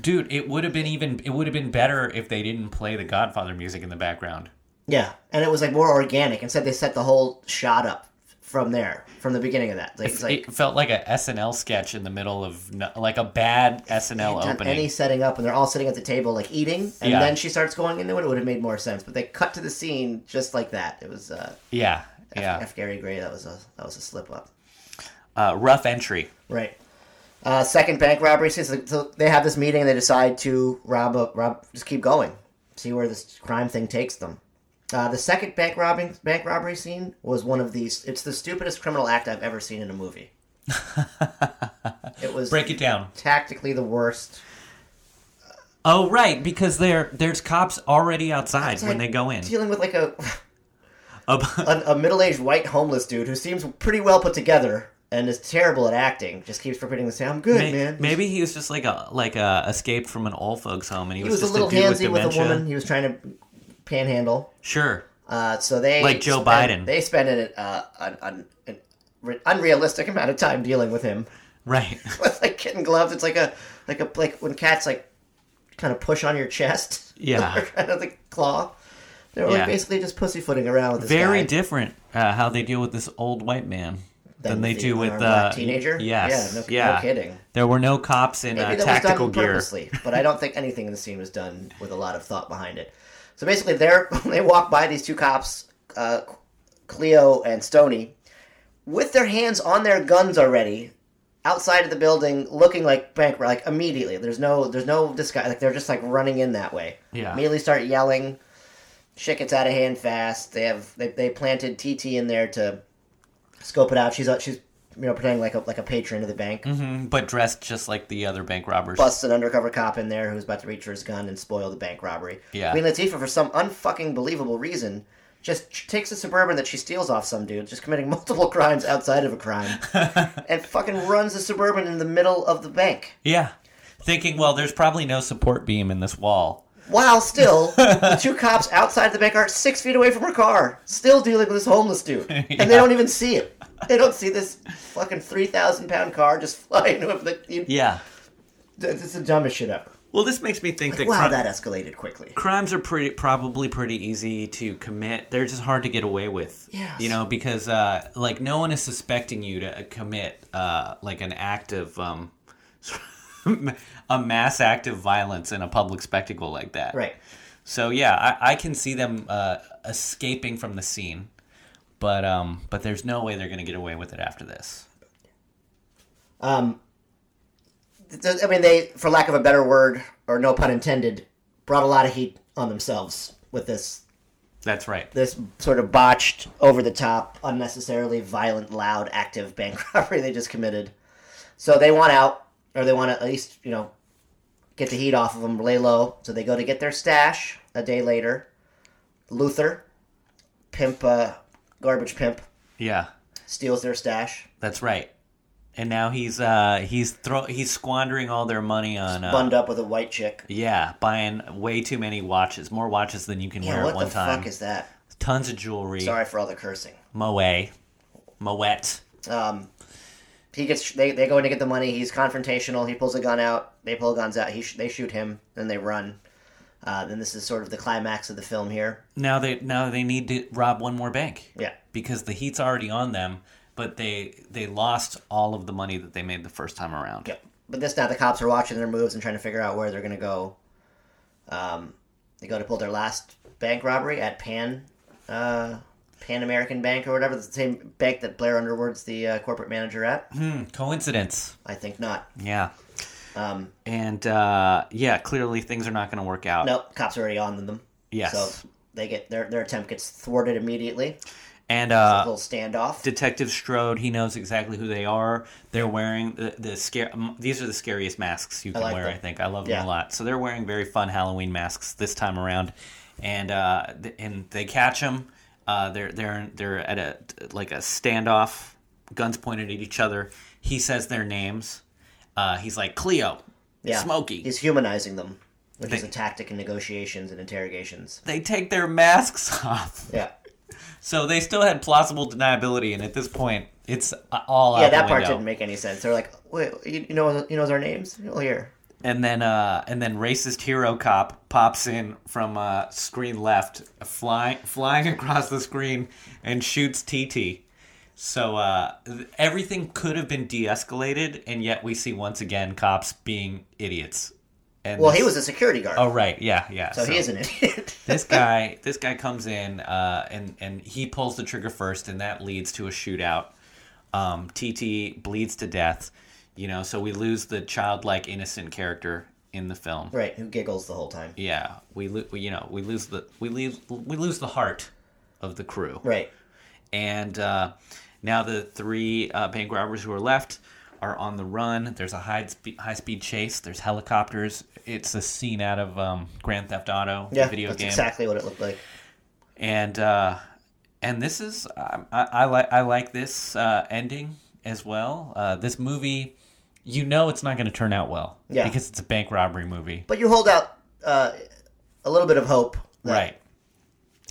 Speaker 2: Dude, it would have been even, it would have been better if they didn't play the Godfather music in the background.
Speaker 3: yeah, and it was like more organic. Instead, they set the whole shot up from there, from the beginning of that. Like, it's like
Speaker 2: it felt like a SNL sketch in the middle of no, like a bad SNL
Speaker 3: done
Speaker 2: opening.
Speaker 3: any setting up, and they're all sitting at the table like eating, and
Speaker 2: Yeah.
Speaker 3: then she starts going into it. It would have made more sense, but they cut to the scene just like that. It was. uh
Speaker 2: Yeah, yeah,
Speaker 3: F. Gary Gray. That was a that was a slip up.
Speaker 2: uh, rough entry.
Speaker 3: Right. Uh, second bank robbery. So so they have this meeting and they decide to rob a rob. Just keep going, see where this crime thing takes them. Uh, the second bank robbing bank robbery scene was one of these. It's the stupidest criminal act I've ever seen in a movie. It was
Speaker 2: Break it down.
Speaker 3: tactically the worst.
Speaker 2: Oh, right, because there there's cops already outside when they go in.
Speaker 3: dealing with like a
Speaker 2: Ab-
Speaker 3: a, a middle-aged white homeless dude who seems pretty well put together and is terrible at acting. Just keeps repeating the same. I'm good,
Speaker 2: May-
Speaker 3: man.
Speaker 2: Maybe he was just like a like a escaped from an old folks home, and he,
Speaker 3: he
Speaker 2: was,
Speaker 3: was a
Speaker 2: just
Speaker 3: little
Speaker 2: dude with
Speaker 3: handsy with,
Speaker 2: dementia.
Speaker 3: a woman. He was trying to panhandle.
Speaker 2: Sure,
Speaker 3: Uh, so they
Speaker 2: Like Joe
Speaker 3: spend-
Speaker 2: Biden.
Speaker 3: They spend an, uh, an, an, an re- unrealistic amount of time dealing with him.
Speaker 2: right.
Speaker 3: With like kitten gloves, it's like a like a like when cats like kind of push on your chest.
Speaker 2: Yeah.
Speaker 3: Or kind of the claw. They were
Speaker 2: Yeah.
Speaker 3: like basically just pussyfooting around with this
Speaker 2: Very
Speaker 3: guy.
Speaker 2: different uh, how they deal with this old white man than,
Speaker 3: Than
Speaker 2: they
Speaker 3: the
Speaker 2: do with
Speaker 3: unarmed
Speaker 2: uh,
Speaker 3: black teenager?
Speaker 2: Yes,
Speaker 3: Yeah, no- no
Speaker 2: yeah.
Speaker 3: kidding.
Speaker 2: There were no cops in uh,
Speaker 3: Maybe that was
Speaker 2: tactical
Speaker 3: done
Speaker 2: gear.
Speaker 3: purposely, but I don't think anything in the scene was done with a lot of thought behind it. So basically, they're, they walk by these two cops, uh, Cleo and Stony, with their hands on their guns already, outside of the building, looking like bank like immediately. There's no there's no disguise. Like they're just like running in that way.
Speaker 2: Yeah.
Speaker 3: Immediately start yelling. Shit gets out of hand fast. They have they, they planted TT in there to scope it out. She's uh, she's you know pretending like a like a patron of the bank
Speaker 2: Mhm, but dressed just like the other bank robbers.
Speaker 3: busts an undercover cop in there who's about to reach for his gun and spoil the bank robbery.
Speaker 2: Yeah.
Speaker 3: Queen Latifah, for some unfucking believable reason, just ch- takes a suburban that she steals off some dude, just committing multiple crimes outside of a crime, and fucking runs the suburban in the middle of the bank
Speaker 2: yeah, thinking well, there's probably no support beam in this wall.
Speaker 3: while still the two cops outside the bank are six feet away from her car, still dealing with this homeless dude, and they don't even see it. They don't see this fucking three thousand pound car just flying over the. You,
Speaker 2: Yeah.
Speaker 3: This is the dumbest shit ever.
Speaker 2: Well, this makes me think that
Speaker 3: Wow,
Speaker 2: cri-
Speaker 3: that escalated quickly.
Speaker 2: crimes are pretty probably pretty easy to commit. They're just hard to get away with.
Speaker 3: Yes.
Speaker 2: You know, because uh, like no one is suspecting you to commit uh, like an act of um, a mass act of violence in a public spectacle like that.
Speaker 3: Right.
Speaker 2: So yeah, I, I can see them uh, escaping from the scene, but um, but there's no way they're gonna get away with it after this.
Speaker 3: Um, I mean, they, for lack of a better word, or no pun intended, brought a lot of heat on themselves with this
Speaker 2: That's right.
Speaker 3: this sort of botched, over the top, unnecessarily violent, loud, active bank robbery they just committed. So they want out, or they want to at least you know get the heat off of them, lay low. So they go to get their stash a day later. Luther, pimp, uh, garbage pimp,
Speaker 2: Yeah,
Speaker 3: steals their stash,
Speaker 2: that's right. And now he's uh, he's throw he's squandering all their money on uh,
Speaker 3: bunned up with a white chick.
Speaker 2: Yeah, buying way too many watches, more watches than you can
Speaker 3: Yeah,
Speaker 2: wear at
Speaker 3: what
Speaker 2: one
Speaker 3: the
Speaker 2: time.
Speaker 3: fuck is that?
Speaker 2: Tons of jewelry.
Speaker 3: Sorry for all the cursing.
Speaker 2: Moet. Moet.
Speaker 3: Um, he gets they, they go in to get the money. He's confrontational. He pulls a gun out. They pull guns out. He sh- they shoot him. Then they run. Uh, then this is sort of the climax of the film here.
Speaker 2: Now they now they need to rob one more bank.
Speaker 3: Yeah,
Speaker 2: Because the heat's already on them, but they they lost all of the money that they made the first time around.
Speaker 3: yeah. But this now the cops are watching their moves and trying to figure out where they're gonna go. Um, they go to pull their last bank robbery at Pan, uh, Pan American Bank or whatever. It's the same bank that Blair Underwood's the uh, corporate manager at.
Speaker 2: Hmm, coincidence.
Speaker 3: I think not.
Speaker 2: Yeah.
Speaker 3: Um,
Speaker 2: And uh, yeah, clearly things are not going to work out.
Speaker 3: nope, cops are already on them.
Speaker 2: Yes.
Speaker 3: So they get their their attempt gets thwarted immediately.
Speaker 2: And uh,
Speaker 3: little standoff.
Speaker 2: Detective Strode, he knows exactly who they are. They're wearing the, the scare. m- These are the scariest masks you can
Speaker 3: like
Speaker 2: wear.
Speaker 3: them.
Speaker 2: I think I love
Speaker 3: Yeah.
Speaker 2: them a lot. So they're wearing very fun Halloween masks this time around, and uh, th- and they catch him. Uh, they're they're they're at a like a standoff, guns pointed at each other. He says their names. Uh, he's like Cleo,
Speaker 3: yeah.
Speaker 2: Smokey.
Speaker 3: He's humanizing them, which is a
Speaker 2: They-
Speaker 3: tactic in negotiations and interrogations.
Speaker 2: They take their masks off,
Speaker 3: Yeah.
Speaker 2: so they still had plausible deniability. And at this point, it's uh, all
Speaker 3: Yeah,
Speaker 2: out
Speaker 3: that
Speaker 2: the
Speaker 3: part
Speaker 2: window.
Speaker 3: didn't make any sense. They're like, wait, you, you know, you knows our names. Well, here,
Speaker 2: and then uh, and then racist hero cop pops in from uh, screen left, flying flying across the screen and shoots TT. So uh, th- everything could have been de-escalated, and yet we see once again cops being idiots. And
Speaker 3: well,
Speaker 2: this-
Speaker 3: he was a security guard,
Speaker 2: Oh right, yeah, yeah.
Speaker 3: so he is an idiot.
Speaker 2: this guy, this guy comes in, uh, and and he pulls the trigger first, and that leads to a shootout. Um, TT bleeds to death, you know. So we lose the childlike, innocent character in the film.
Speaker 3: right? Who giggles the whole time?
Speaker 2: Yeah, we, lo- we you know we lose the we leave we lose the heart of the crew,
Speaker 3: Right.
Speaker 2: and uh, now the three uh, bank robbers who are left are on the run. There's a high spe- high speed chase. There's helicopters. It's a scene out of um, Grand Theft Auto, the
Speaker 3: Yeah,
Speaker 2: video
Speaker 3: that's
Speaker 2: game.
Speaker 3: exactly what it looked like.
Speaker 2: and uh, and this is I, I, I like I like this uh, ending as well. Uh, this movie, you know, it's not going to turn out well
Speaker 3: Yeah.
Speaker 2: because it's a bank robbery movie,
Speaker 3: But you hold out uh, a little bit of hope that
Speaker 2: right?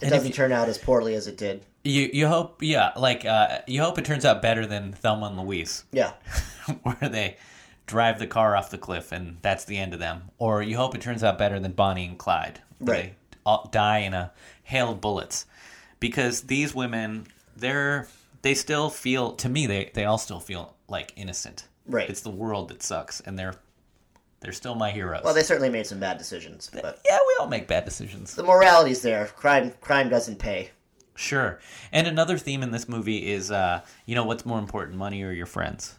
Speaker 3: it
Speaker 2: if
Speaker 3: doesn't
Speaker 2: you-
Speaker 3: turn out as poorly as it did.
Speaker 2: You you hope yeah like uh, you hope it turns out better than Thelma and Louise,
Speaker 3: Yeah,
Speaker 2: where they drive the car off the cliff and that's the end of them, or you hope it turns out better than Bonnie and Clyde, where
Speaker 3: Right.
Speaker 2: They all die in a hail of bullets, because these women they're they still feel to me they they all still feel like innocent.
Speaker 3: Right.
Speaker 2: It's the world that sucks, and they're they're still my heroes.
Speaker 3: well, Oh, they certainly made some bad decisions, but
Speaker 2: yeah, we all make bad decisions.
Speaker 3: the morality's there. Crime, crime doesn't pay.
Speaker 2: Sure. And another theme in this movie is, uh, you know, what's more important, money or your friends?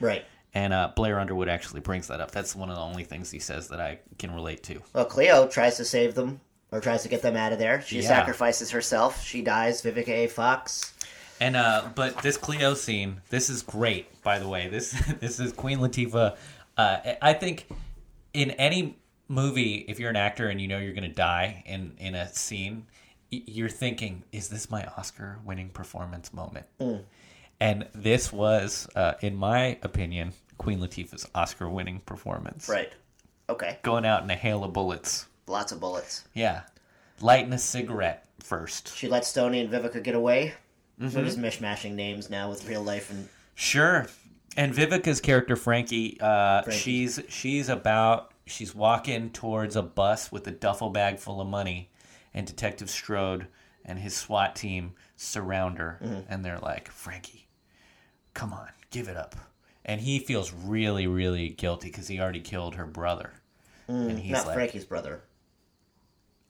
Speaker 3: Right.
Speaker 2: And uh, Blair Underwood actually brings that up. That's one of the only things he says that I can relate to.
Speaker 3: Well, Cleo tries to save them or tries to get them out of there. She
Speaker 2: Yeah.
Speaker 3: sacrifices herself. She dies. Vivica A. Fox.
Speaker 2: And uh, but this Cleo scene, this is great. By the way, this this is Queen Latifah. Uh, I think in any movie, if you're an actor and you know you're going to die in in a scene, y- you're thinking, "Is this my Oscar-winning performance moment?" And this was, uh, in my opinion, Queen Latifah's Oscar-winning performance.
Speaker 3: Right. Okay.
Speaker 2: Going out in a hail of bullets.
Speaker 3: Lots of bullets.
Speaker 2: Yeah, lighting a cigarette first.
Speaker 3: She lets Stoney and Vivica get away.
Speaker 2: Mm-hmm.
Speaker 3: We're just mishmashing names now with real life and
Speaker 2: Sure. And Vivica's character Frankie, uh,
Speaker 3: Frankie.
Speaker 2: she's she's about she's walking towards a bus with a duffel bag full of money, and Detective Strode and his SWAT team surround her, and they're like, "Frankie, come on, give it up." And he feels really, really guilty because he already killed her brother, and he's
Speaker 3: not
Speaker 2: like,
Speaker 3: Frankie's brother.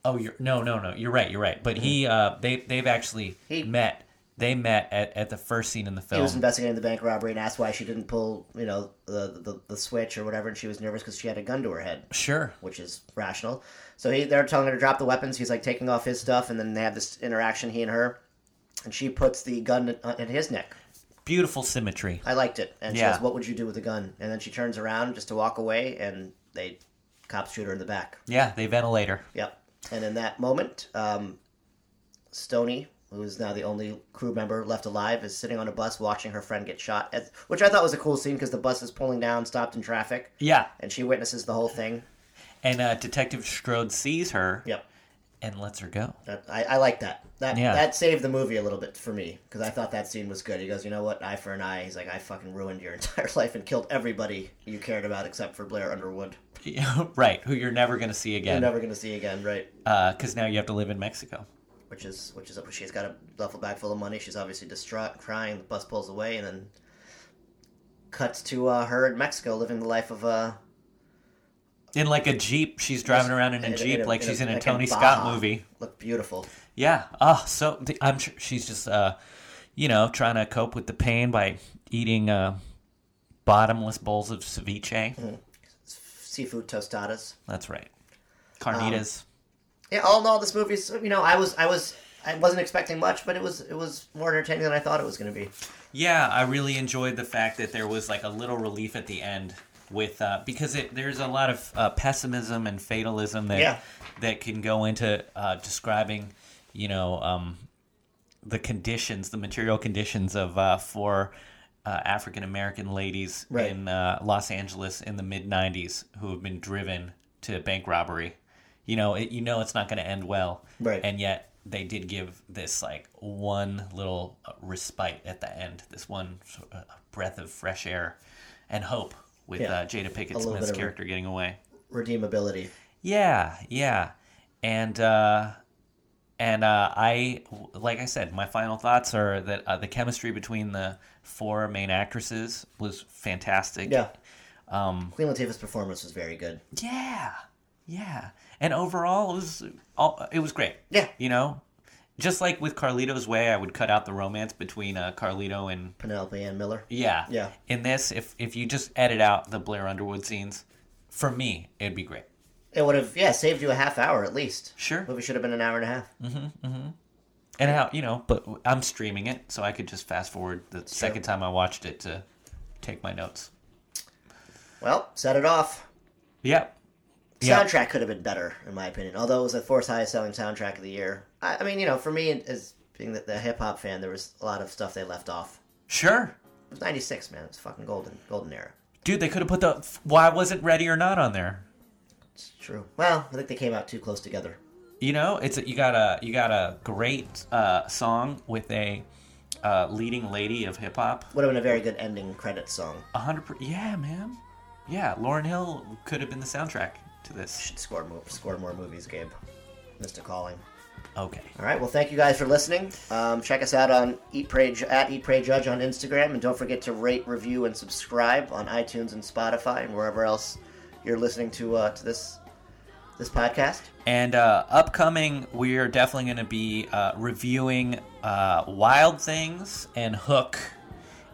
Speaker 2: "Oh, you're no, no, no, you're right, you're right." But he, uh, they, they've actually
Speaker 3: He-
Speaker 2: met. They met at, at the first scene in the
Speaker 3: He
Speaker 2: film.
Speaker 3: was investigating the bank robbery and asked why she didn't pull, you know, the the, the switch or whatever, and she was nervous because she had a gun to her head,
Speaker 2: sure.
Speaker 3: which is rational. So he, they're telling her to drop the weapons. He's like taking off his stuff, and then they have this interaction, he and her, and she puts the gun uh, in- in his neck.
Speaker 2: Beautiful symmetry.
Speaker 3: I liked it. And
Speaker 2: Yeah.
Speaker 3: she says, What would you do with a gun? And then she turns around just to walk away, and they cops shoot her in the back.
Speaker 2: Yeah, they ventilate her.
Speaker 3: Yep. And in that moment, um, Stony, who is now the only crew member left alive, is sitting on a bus watching her friend get shot, at, which I thought was a cool scene because the bus is pulling down, stopped in traffic,
Speaker 2: Yeah,
Speaker 3: and she witnesses the whole thing.
Speaker 2: and uh, Detective Strode sees her
Speaker 3: Yep.
Speaker 2: and lets her go.
Speaker 3: That- I, I like that. That
Speaker 2: Yeah.
Speaker 3: that saved the movie a little bit for me because I thought that scene was good. He goes, you know what, eye for an eye. He's like, I fucking ruined your entire life and killed everybody you cared about except for Blair Underwood.
Speaker 2: right, who you're never going to see
Speaker 3: You're
Speaker 2: again
Speaker 3: never gonna see again, right?
Speaker 2: because now you have to live in Mexico.
Speaker 3: which is which is she's got a duffel bag full of money. She's obviously distraught, crying. The bus pulls away, and then cuts to uh, her in Mexico, living the life of uh, a
Speaker 2: In like a jeep, she's driving around in a jeep like she's in a Tony Scott movie.
Speaker 3: Look beautiful.
Speaker 2: Yeah. Oh, so the, I'm sure she's just, uh, you know, trying to cope with the pain by eating uh, bottomless bowls of ceviche.
Speaker 3: Seafood tostadas.
Speaker 2: That's right. Carnitas.
Speaker 3: Yeah, all in all, this movie's you know I was I was I wasn't expecting much, but it was it was more entertaining than I thought it was going to be.
Speaker 2: Yeah, I really enjoyed the fact that there was like a little relief at the end with uh, because it, there's a lot of uh, pessimism and fatalism that
Speaker 3: Yeah.
Speaker 2: that can go into uh, describing, you know, um, the conditions, the material conditions of uh, for uh, African American ladies
Speaker 3: Right.
Speaker 2: in uh, Los Angeles in the mid '90s who have been driven to bank robbery. You know, it, you know it's not going to end well,
Speaker 3: Right.
Speaker 2: And yet they did give this like one little uh, respite at the end, this one uh, breath of fresh air and hope with
Speaker 3: Yeah.
Speaker 2: uh, Jada Pickett
Speaker 3: little
Speaker 2: Smith's
Speaker 3: bit of-
Speaker 2: character getting away.
Speaker 3: Redeemability.
Speaker 2: Yeah, yeah, and uh, and uh, I like I said, my final thoughts are that uh, the chemistry between the four main actresses was fantastic.
Speaker 3: Yeah. Um, Queen Latifah's performance was very good.
Speaker 2: yeah, yeah, and overall it was all it was great.
Speaker 3: Yeah.
Speaker 2: you know, just like with Carlito's Way, I would cut out the romance between uh, Carlito and
Speaker 3: Penelope Ann Miller.
Speaker 2: yeah,
Speaker 3: Yeah.
Speaker 2: In this, if if you just edit out the Blair Underwood scenes, for me it'd be great.
Speaker 3: It would have yeah saved you a half hour at least.
Speaker 2: Sure.
Speaker 3: movie should have been an hour and a half.
Speaker 2: And how you know, but I'm streaming it, so I could just fast forward the second time I watched it to take my notes.
Speaker 3: Well, set it off.
Speaker 4: Yeah. Yeah.
Speaker 3: Soundtrack could have been better, in my opinion. Although it was the fourth highest selling soundtrack of the year. I, I mean, you know, for me as being the, the hip hop fan, there was a lot of stuff they left off.
Speaker 2: Sure.
Speaker 3: It was '96, man. It's fucking golden, golden era.
Speaker 2: Dude, they could have put the f- why wasn't ready or not on there.
Speaker 3: It's true. Well, I think they came out too close together.
Speaker 2: You know, it's a, you got a you got a great uh, song with a uh, leading lady of hip hop.
Speaker 3: Would have been a very good ending credit song.
Speaker 2: A hundred. per- Yeah, man. Yeah, Lauren Hill could have been the soundtrack to this.
Speaker 3: Should score more, score more movies, Gabe. Missed a calling.
Speaker 2: Okay.
Speaker 3: All right. Well, thank you guys for listening. Um, check us out on Eat Pray Ju- at Eat Pray Judge on Instagram, and don't forget to rate, review, and subscribe on iTunes and Spotify and wherever else you're listening to uh, to this this podcast.
Speaker 2: And uh, upcoming, we are definitely going to be uh, reviewing uh, Wild Things and Hook.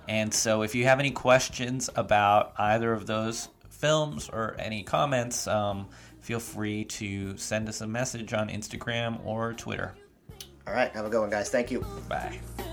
Speaker 2: And so, if you have any questions about either of those films or any comments, um, feel free to send us a message on Instagram or Twitter.
Speaker 3: All right. Have a good one, guys. Thank you.
Speaker 2: Bye.
Speaker 5: Say